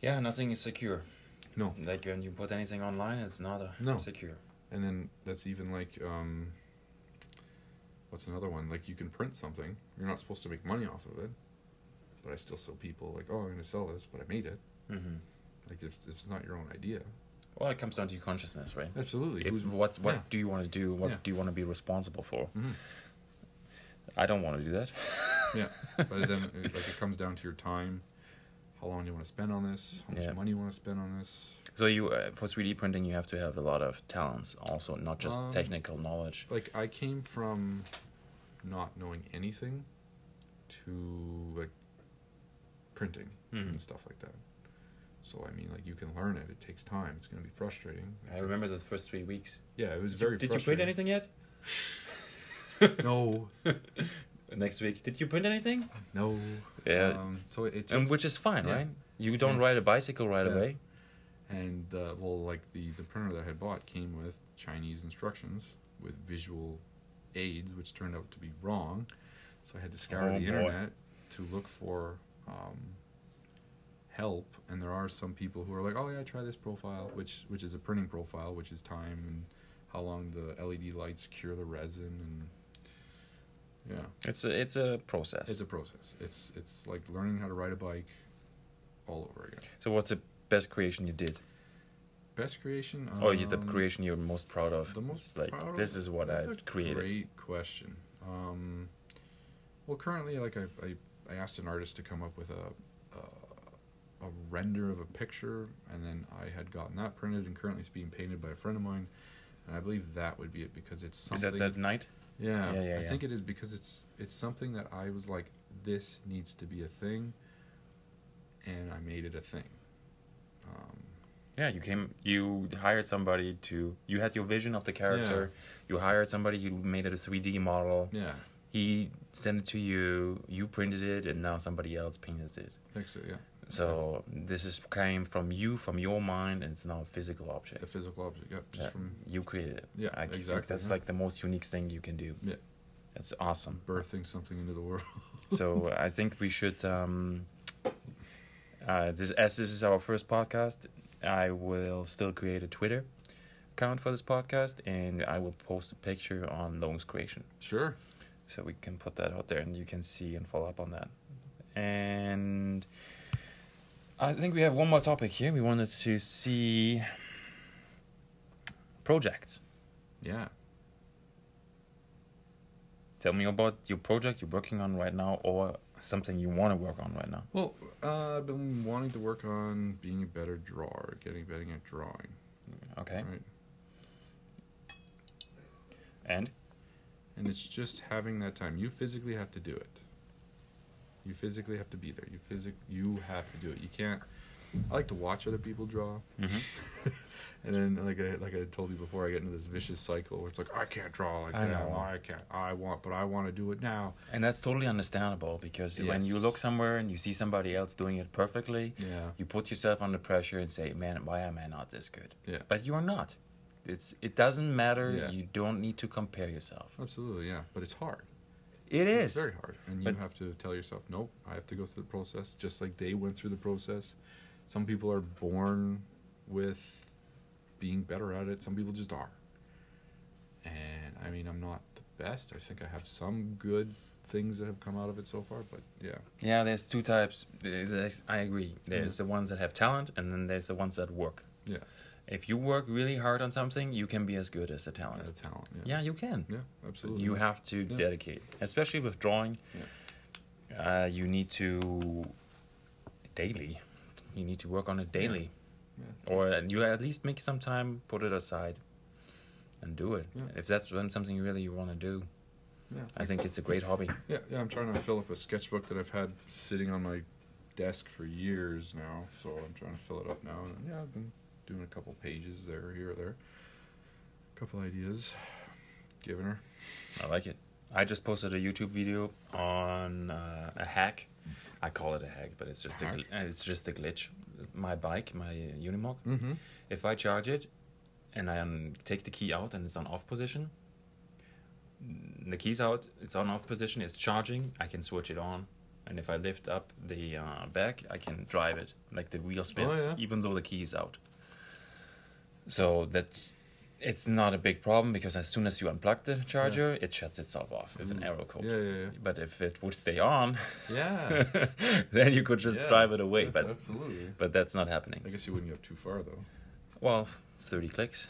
Speaker 1: Yeah, nothing is secure.
Speaker 3: No.
Speaker 1: Like when you put anything online, it's not a
Speaker 3: No.
Speaker 1: secure.
Speaker 3: And then that's even like, um, what's another one? Like you can print something. You're not supposed to make money off of it, but I still sell people like, oh, I'm going to sell this, but I made it.
Speaker 1: Mm-hmm.
Speaker 3: Like if, if it's not your own idea.
Speaker 1: Well, it comes down to your consciousness, right?
Speaker 3: Absolutely.
Speaker 1: If, what's what
Speaker 3: yeah.
Speaker 1: do you want to do? What
Speaker 3: Yeah.
Speaker 1: do you want to be responsible for?
Speaker 3: Mhm.
Speaker 1: I don't want to do that.
Speaker 3: yeah. But then it, like it comes down to your time. How long you want to spend on this? How much
Speaker 1: Yeah.
Speaker 3: money you want to spend on this?
Speaker 1: So you uh, for 3D printing, you have to have a lot of talents, also not just
Speaker 3: Um,
Speaker 1: technical knowledge.
Speaker 3: Like I came from not knowing anything to like printing
Speaker 1: Mhm.
Speaker 3: and stuff like that. So I mean, like you can learn it. It takes time. It's gonna be frustrating.
Speaker 1: I remember the first three weeks.
Speaker 3: Yeah, it was very.
Speaker 1: Did you print
Speaker 3: frustrating.
Speaker 1: anything yet?
Speaker 3: No,
Speaker 1: Next week, did you print anything?
Speaker 3: no.
Speaker 1: Yeah,
Speaker 3: Um, so it, it takes,
Speaker 1: and which is fine,
Speaker 3: yeah.
Speaker 1: right? You don't
Speaker 3: Yeah.
Speaker 1: ride a bicycle right
Speaker 3: Yes.
Speaker 1: away.
Speaker 3: and uh, well, like the the printer that I had bought came with Chinese instructions with visual aids, which turned out to be wrong. So I had to scour
Speaker 1: Oh,
Speaker 3: the
Speaker 1: boy.
Speaker 3: internet to look for um, help. And there are some people who are like, "Oh yeah, try this profile," which which is a printing profile, which is time and how long the LED lights cure the resin, and yeah,
Speaker 1: It's a it's a process.
Speaker 3: it's a process. It's it's like learning how to ride a bike all over again.
Speaker 1: so what's the best creation you did?
Speaker 3: Best creation.
Speaker 1: Oh, or you- the
Speaker 3: um,
Speaker 1: creation you're most proud of?
Speaker 3: The most
Speaker 1: It's like
Speaker 3: proud of-
Speaker 1: this is what
Speaker 3: That's
Speaker 1: I've
Speaker 3: a
Speaker 1: created.
Speaker 3: Great question. Um, well, currently, like I, I, I asked an artist to come up with a, a, a render of a picture, and then I had gotten that printed, and currently it's being painted by a friend of mine, and I believe that would be it because it's
Speaker 1: Is
Speaker 3: something.
Speaker 1: that that night?
Speaker 3: Yeah,
Speaker 1: Yeah, yeah,
Speaker 3: I
Speaker 1: yeah.
Speaker 3: think it is because it's it's something that I was like, this needs to be a thing, and I made it a thing. Um,
Speaker 1: Yeah, you came. You hired somebody to. You had your vision of the character. You hired somebody. You made it a three D model.
Speaker 3: yeah,
Speaker 1: He sent it to you. You printed it, and now somebody else painted it.
Speaker 3: that's it, yeah.
Speaker 1: So this is came from you, from your mind, and it's now a physical object.
Speaker 3: A physical object, yep, just
Speaker 1: Yeah,
Speaker 3: from
Speaker 1: you created it.
Speaker 3: Yeah,
Speaker 1: I think
Speaker 3: exactly,
Speaker 1: that's
Speaker 3: yeah.
Speaker 1: like the most unique thing you can do.
Speaker 3: Yeah.
Speaker 1: that's awesome.
Speaker 3: birthing something into the world.
Speaker 1: so I think we should. Um, uh, this as this is our first podcast, I will still create a Twitter account for this podcast, and I will post a picture on Loans Creation,
Speaker 3: Sure.
Speaker 1: so we can put that out there, and you can see and follow up on that. And I think we have one more topic here. We wanted to see projects.
Speaker 3: Yeah.
Speaker 1: Tell me about your project you're working on right now, or something you want to work on right now.
Speaker 3: Well, uh, I've been wanting to work on being a better drawer, getting better at drawing.
Speaker 1: Okay,
Speaker 3: Right.
Speaker 1: and.
Speaker 3: And it's just having that time. You physically have to do it. You physically have to be there. You physic you have to do it. You can't I like to watch other people draw.
Speaker 1: Mhm.
Speaker 3: and then like I like I told you before, I get into this vicious cycle where it's like I can't draw like
Speaker 1: I
Speaker 3: that.
Speaker 1: know.
Speaker 3: I can't. I want but I want to do it now.
Speaker 1: And that's totally understandable because when you
Speaker 3: Yes.
Speaker 1: look somewhere and you see somebody else doing it perfectly,
Speaker 3: Yeah.
Speaker 1: you put yourself under pressure and say, "Man, why am I not this good?"
Speaker 3: Yeah.
Speaker 1: But you are not. It's it doesn't matter.
Speaker 3: Yeah.
Speaker 1: You don't need to compare yourself.
Speaker 3: Absolutely, yeah. But it's hard.
Speaker 1: It
Speaker 3: It's
Speaker 1: is.
Speaker 3: very hard. And
Speaker 1: But-
Speaker 3: you have to tell yourself, nope, I have to go through the process just like they went through the process. Some people are born with being better at it, some people just are. And I mean, I'm not the best. I think I have some good things that have come out of it so far, but yeah.
Speaker 1: Yeah, there's two types. There's- there's- I agree. There's
Speaker 3: Mm-hmm.
Speaker 1: the ones that have talent, and then there's the ones that work.
Speaker 3: Yeah.
Speaker 1: If you work really hard on something, you can be as good as a
Speaker 3: I
Speaker 1: talent.
Speaker 3: have talent. Yeah.
Speaker 1: Yeah, you can.
Speaker 3: Yeah, absolutely.
Speaker 1: You have to
Speaker 3: Yeah.
Speaker 1: dedicate, especially with drawing. Uh, you need to daily. You need to work on it daily,
Speaker 3: Yeah.
Speaker 1: or you at least make some time, put it aside, and do it.
Speaker 3: Yeah.
Speaker 1: If that's when something really you want to do,
Speaker 3: Yeah.
Speaker 1: I think it's a great hobby.
Speaker 3: Yeah, yeah, I'm trying to fill up a sketchbook that I've had sitting on my desk for years now, so I'm trying to fill it up now. And yeah, I've been doing a couple pages there, here or there. A couple ideas given her.
Speaker 1: I like it. I just posted a YouTube video on uh, a hack. I call it a hack, but it's just a,
Speaker 3: Hack?
Speaker 1: gl- uh, it's just a glitch. My bike, my uh, Unimog.
Speaker 3: Mm-hmm.
Speaker 1: If I charge it, and I um, take the key out and it's on off position, the key's out, it's on off position, it's charging. I can switch it on, and if I lift up the uh, back, I can drive it like the wheel spins,
Speaker 2: Oh, yeah.
Speaker 1: even though the key is out. So that it's not a big problem because as soon as you unplug the charger, it shuts itself off with an arrow code.
Speaker 2: Mm. Yeah, yeah, yeah.
Speaker 1: But if it would stay on,
Speaker 2: Yeah.
Speaker 1: then you could just
Speaker 2: Yeah.
Speaker 1: drive it away. But
Speaker 2: Absolutely.
Speaker 1: but that's not happening.
Speaker 3: I guess you wouldn't get too far though.
Speaker 1: Well, 30 clicks.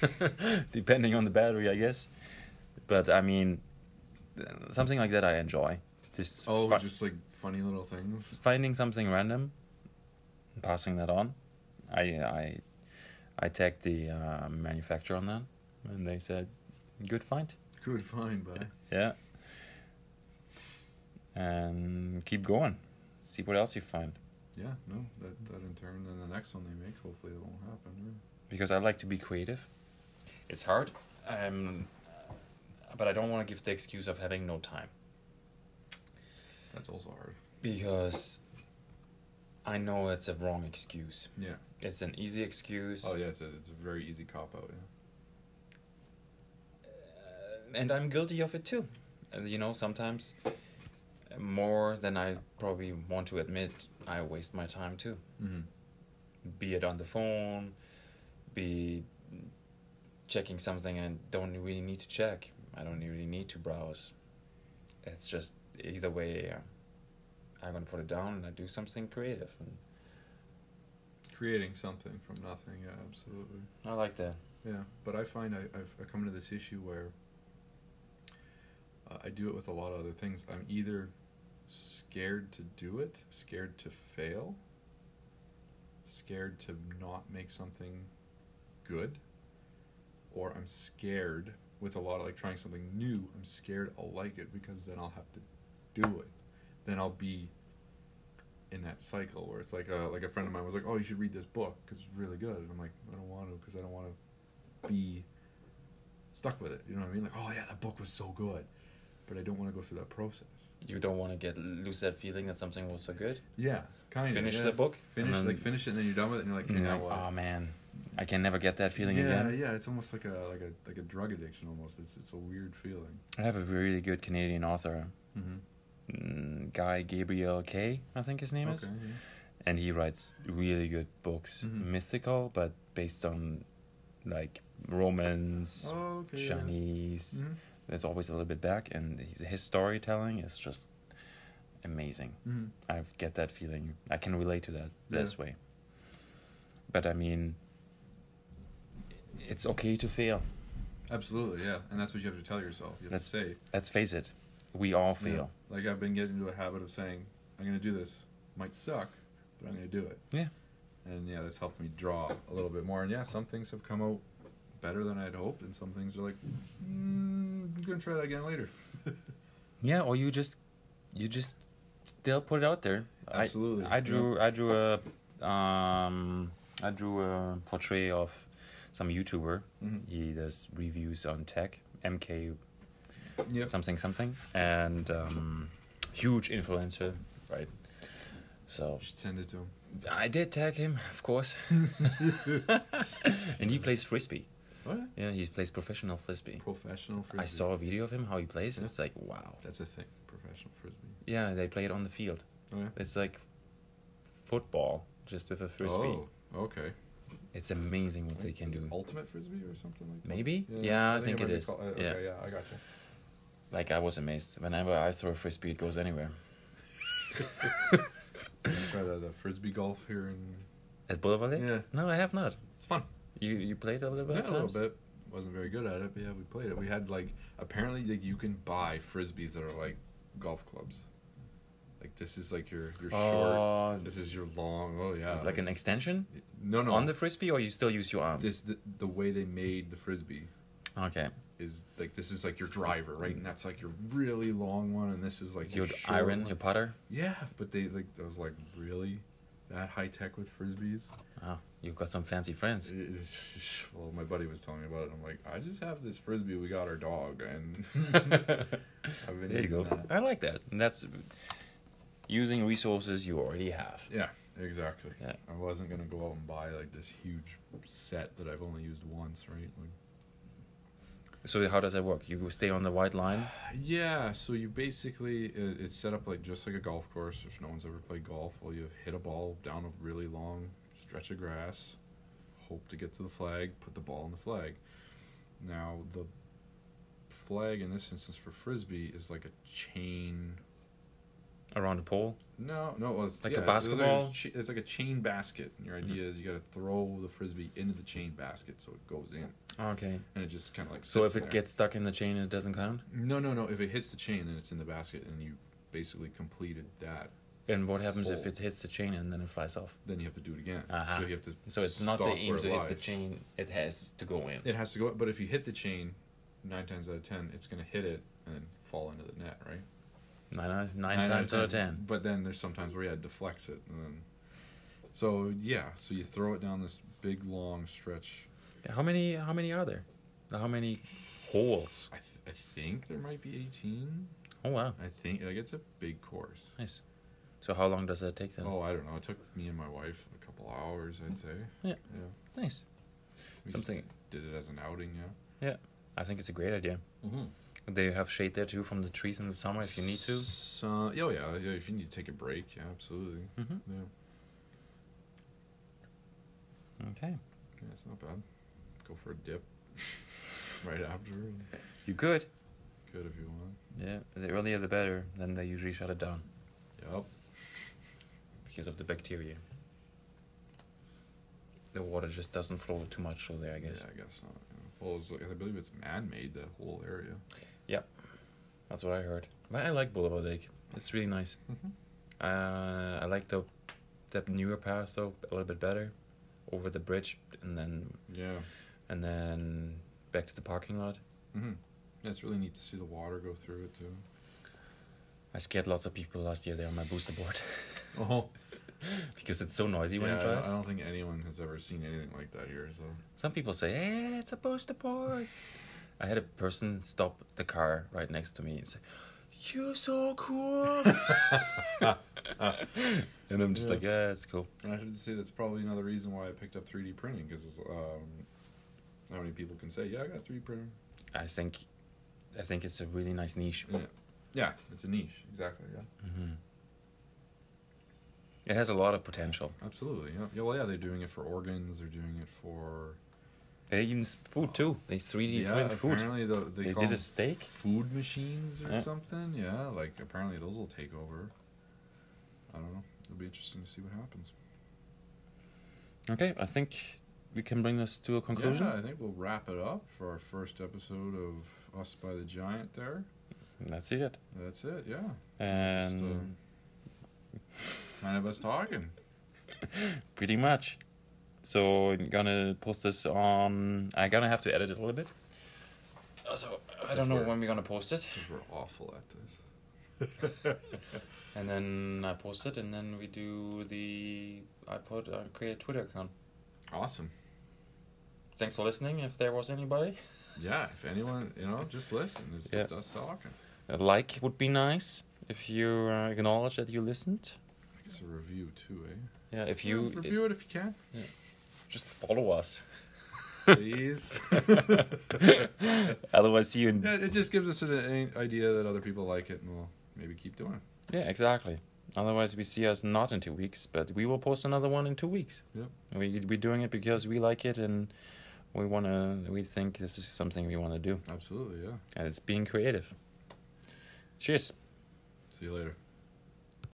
Speaker 1: Depending on the battery, I guess. But I mean, th- something like that I enjoy. Just,
Speaker 3: Oh,
Speaker 1: fi-
Speaker 3: just like funny little things.
Speaker 1: finding something random, and passing that on. I I I tagged the uh, manufacturer on that, and they said, "Good find."
Speaker 3: Good find, bud.
Speaker 1: Yeah. And keep going. See what else you find.
Speaker 3: Yeah, no, that that in turn, then the next one they make, hopefully it won't happen. yeah.
Speaker 1: because I like to be creative. It's hard, um, but I don't want to give the excuse of having no time
Speaker 3: That's also hard.
Speaker 1: because I know it's a wrong excuse.
Speaker 3: Yeah.
Speaker 1: It's an easy excuse,
Speaker 3: Oh yeah, it's a it's a very easy cop out. Yeah.
Speaker 1: uh, and I'm guilty of it too. And, you know, sometimes uh, more than I probably want to admit, I waste my time too.
Speaker 3: Mm-hmm.
Speaker 1: Be it on the phone, be checking something I don't really need to check. I don't really need to browse. It's just either way, uh, I'm gonna put it down and I do something creative. And
Speaker 3: Creating something from nothing. Yeah, absolutely.
Speaker 1: I like that.
Speaker 3: Yeah, but I find I, I've I come into this issue where uh, I do it with a lot of other things. I'm either scared to do it, scared to fail, scared to not make something good, or I'm scared with a lot of like trying something new. I'm scared I'll like it because then I'll have to do it. Then I'll be in that cycle where it's like a, like a friend of mine was like, "Oh, you should read this book. 'cause it's really good." And I'm like, "I don't want to because I don't want to be stuck with it. You know what I mean? Like, oh yeah, that book was so good, but I don't want to go through that process.
Speaker 1: You don't want to get lose that feeling that something was so good.
Speaker 3: Yeah, kind of
Speaker 1: Finish
Speaker 3: yeah.
Speaker 1: the book,
Speaker 3: Finish
Speaker 1: and then-
Speaker 3: like finish it, and then you're done with it, and you're like, okay,
Speaker 1: And you're
Speaker 3: now
Speaker 1: like,
Speaker 3: what?
Speaker 1: oh man, I can never get that feeling
Speaker 3: yeah,
Speaker 1: again.
Speaker 3: yeah, it's almost like a like a like a drug addiction almost. It's it's a weird feeling.
Speaker 1: I have a really good Canadian author,
Speaker 3: Mm-hmm.
Speaker 1: mm, Guy Gabriel Kay, I think his name is,
Speaker 3: Okay. yeah.
Speaker 1: and he writes really good books,
Speaker 3: Mhm.
Speaker 1: mythical but based on like Romans,
Speaker 3: Oh, okay. yeah.
Speaker 1: Chinese.
Speaker 3: Mhm,
Speaker 1: It's always a little bit back, and his- his storytelling is just amazing.
Speaker 3: mhm.
Speaker 1: I get that feeling. I can relate to that
Speaker 3: Yeah.
Speaker 1: this way. But I mean, it's okay to fail.
Speaker 3: Absolutely, yeah, and that's what you have to tell yourself. You have
Speaker 1: That's
Speaker 3: to say,
Speaker 1: Let's face it, we all
Speaker 3: you know,
Speaker 1: fail.
Speaker 3: Like I've been getting into a habit of saying, I'm gonna do this. Might suck, but I'm gonna do it.
Speaker 1: Yeah.
Speaker 3: and yeah, that's helped me draw a little bit more. And yeah, some things have come out better than I'd hoped, and some things are like, mm, I'm gonna try that again later.
Speaker 1: Yeah, or you just, you just, still put it out there. I-
Speaker 3: Absolutely,
Speaker 1: I,
Speaker 3: yeah.
Speaker 1: drew. I drew a, um, I drew a portrait of some YouTuber.
Speaker 3: Mhm.
Speaker 1: He does reviews on tech. MK
Speaker 3: Yep.
Speaker 1: something something and um, huge influencer right so
Speaker 3: should send it to him.
Speaker 1: i did tag him of course and he plays frisbee
Speaker 3: What?
Speaker 1: yeah he plays professional frisbee
Speaker 3: Professional frisbee.
Speaker 1: i saw a video of him how he plays and
Speaker 3: Yeah.
Speaker 1: it's like wow
Speaker 3: That's a thing. Professional frisbee.
Speaker 1: yeah they play it on the field
Speaker 3: Oh yeah.
Speaker 1: it's like football just with a frisbee
Speaker 3: Oh, okay.
Speaker 1: it's amazing what they can
Speaker 3: Is
Speaker 1: do
Speaker 3: it Ultimate frisbee or something like that.
Speaker 1: Maybe? Yeah, I think
Speaker 3: might
Speaker 1: it
Speaker 3: be
Speaker 1: is.
Speaker 3: called- uh,
Speaker 1: Yeah.
Speaker 3: Okay, yeah, I got you.
Speaker 1: like i was amazed whenever i throw a frisbee it goes anywhere
Speaker 3: Try the, the frisbee golf here, and
Speaker 1: at boulevard Lake?
Speaker 3: Yeah.
Speaker 1: no i have not
Speaker 3: it's fun.
Speaker 1: you you played a little bit
Speaker 3: Yeah,
Speaker 1: of
Speaker 3: a little
Speaker 1: times?
Speaker 3: bit. Wasn't very good at it, but yeah, we played it. We had like apparently like you can buy frisbees that are like golf clubs. Like this is like your your
Speaker 1: Oh.
Speaker 3: short. This is your long. Oh yeah.
Speaker 1: like an extension
Speaker 3: no no
Speaker 1: on the frisbee or you still use your arm
Speaker 3: this the, the way they made the frisbee
Speaker 1: okay
Speaker 3: is like this is like your driver right and that's like your really long one and this is like
Speaker 1: your
Speaker 3: short
Speaker 1: iron
Speaker 3: one.
Speaker 1: your putter
Speaker 3: yeah but they like I was like really that high tech with frisbees
Speaker 1: oh, you've got some fancy friends
Speaker 3: well my buddy was telling me about it and I'm like I just have this frisbee we got our dog and I've been
Speaker 1: there you
Speaker 3: using
Speaker 1: go
Speaker 3: that.
Speaker 1: i like that and that's using resources you already have
Speaker 3: Yeah, exactly.
Speaker 1: Yeah.
Speaker 3: I wasn't gonna go out and buy like this huge set that I've only used once, right? Like,
Speaker 1: So how does that work? You stay on the white line.
Speaker 3: Yeah, so you basically it, it's set up like just like a golf course. If no one's ever played golf, well, you hit a ball down a really long stretch of grass, hope to get to the flag, put the ball in the flag. Now the flag in this instance for frisbee is like a chain.
Speaker 1: Around the pole.
Speaker 3: No, no, well, it's
Speaker 1: Like a
Speaker 3: yeah, it's
Speaker 1: basketball? Mm-hmm.
Speaker 3: cha- It's like a chain basket, and your idea is you got to throw the frisbee into the chain basket so it goes in,
Speaker 1: Okay.
Speaker 3: and it just kind of like.
Speaker 1: So
Speaker 3: sits
Speaker 1: if it
Speaker 3: there.
Speaker 1: gets stuck in the chain, it doesn't count.
Speaker 3: No, no, no. If it hits the chain, then it's in the basket, and you basically completed that.
Speaker 1: And what happens if
Speaker 3: Pole.
Speaker 1: it hits the chain and then it flies off?
Speaker 3: Then you have to do it again.
Speaker 1: Uh-huh.
Speaker 3: So you have to.
Speaker 1: So it's not the
Speaker 3: stop
Speaker 1: aim
Speaker 3: where
Speaker 1: to
Speaker 3: it
Speaker 1: hit the
Speaker 3: lies.
Speaker 1: chain. It has to go in.
Speaker 3: It has to go. But if you hit the chain, nine times out of ten, it's going to hit it and then fall into the net, right?
Speaker 1: Nine, out- nine times out of ten.
Speaker 3: But then there's sometimes where yeah, it deflects it, and then. So yeah, so you throw it down this big long stretch.
Speaker 1: How many? How many are there? How many holes?
Speaker 3: I, th- I think there might be 18.
Speaker 1: Oh wow,
Speaker 3: I think like it's a big course.
Speaker 1: nice. So how long does that take then?
Speaker 3: Oh, I don't know. It took me and my wife a couple hours, I'd say.
Speaker 1: Nice.
Speaker 3: We just
Speaker 1: Something.
Speaker 3: did it as an outing, yeah.
Speaker 1: I think it's a great idea.
Speaker 3: Mhm.
Speaker 1: They have shade there too from the trees in the summer Mm-hmm. if you need to.
Speaker 3: So, oh yeah, yeah. If you need to take a break, yeah, absolutely.
Speaker 1: Mhm.
Speaker 3: Yeah,
Speaker 1: Okay.
Speaker 3: yeah, it's not bad. Go for a dip right after. and
Speaker 1: You could.
Speaker 3: Good if you want.
Speaker 1: Yeah, the earlier the better. Then they usually shut it down
Speaker 3: Yep.
Speaker 1: because of the bacteria. The water just doesn't flow too much through there, I guess.
Speaker 3: Yeah, I guess not. yeah. Well, it's, I believe it's man-made that whole area.
Speaker 1: That's what I heard. But I like Boulevard Lake. It's really nice.
Speaker 3: Mhm.
Speaker 1: Uh, I like the the newer pass though a little bit better, over the bridge and then
Speaker 3: Yeah.
Speaker 1: and then back to the parking lot.
Speaker 3: Mm-hmm. Yeah, it's really neat to see the water go through it too.
Speaker 1: I scared lots of people last year there on my booster board
Speaker 3: Oh,
Speaker 1: because it's so noisy when
Speaker 3: yeah.
Speaker 1: it
Speaker 3: I don't,
Speaker 1: drives.
Speaker 3: I don't think anyone has ever seen anything like that here. So
Speaker 1: Some people say, "Hey, it's a booster board." I had a person stop the car right next to me and say, "You're so cool," and I'm just
Speaker 3: Yeah.
Speaker 1: like, "Yeah, it's cool."
Speaker 3: And I should say that's probably another reason why I picked up 3D printing because um, how many people can say, "Yeah, I got a 3D printer."
Speaker 1: I think, I think it's a really nice niche.
Speaker 3: Yeah. Yeah, it's a niche. Exactly. Yeah.
Speaker 1: Mhm. It has a lot of potential.
Speaker 3: Absolutely. Yeah. yeah. Well, yeah, they're doing it for organs. They're doing it for
Speaker 1: They even s- food too. They 3D
Speaker 3: yeah.
Speaker 1: print food.
Speaker 3: apparently, the, they,
Speaker 1: They
Speaker 3: call
Speaker 1: did a
Speaker 3: them
Speaker 1: steak.
Speaker 3: food machines or
Speaker 1: Yeah.
Speaker 3: something. Yeah. Like apparently those will take over. I don't know. It'll be interesting to see what happens.
Speaker 1: Okay, I think we can bring this to a conclusion.
Speaker 3: Yeah, I think we'll wrap it up for our first episode of Us by the Giant. There.
Speaker 1: That's it.
Speaker 3: That's it. Yeah.
Speaker 1: And
Speaker 3: um, Kind of us talking.
Speaker 1: pretty much. So I'm gonna post this on. I'm gonna have to edit it a little bit. Uh, So I
Speaker 3: That's
Speaker 1: don't know
Speaker 3: where-
Speaker 1: when we're gonna post it.
Speaker 3: 'Cause we're awful at this.
Speaker 1: And then I post it, and then we do the. I put. I create a Twitter account.
Speaker 3: Awesome.
Speaker 1: Thanks for listening. If there was anybody,
Speaker 3: Yeah. If anyone, you know, just listen. It's
Speaker 1: Yeah.
Speaker 3: just us talking.
Speaker 1: a like would be nice. If you uh, acknowledge that you listened.
Speaker 3: I guess a review too, eh?
Speaker 1: Yeah, if
Speaker 3: Yeah,
Speaker 1: you Mm-hmm.
Speaker 3: review it if you can,
Speaker 1: just follow us,
Speaker 3: please.
Speaker 1: otherwise you.
Speaker 3: yeah, it just gives us an, an idea that other people like it, and we'll maybe keep doing it.
Speaker 1: Yeah, exactly. Otherwise, we see us not in two weeks, but we will post another one in two weeks.
Speaker 3: Yep.
Speaker 1: We we're doing it because we like it and we wanna. We think this is something we wanna do,
Speaker 3: Absolutely, yeah.
Speaker 1: and it's being creative. Cheers.
Speaker 3: See you later.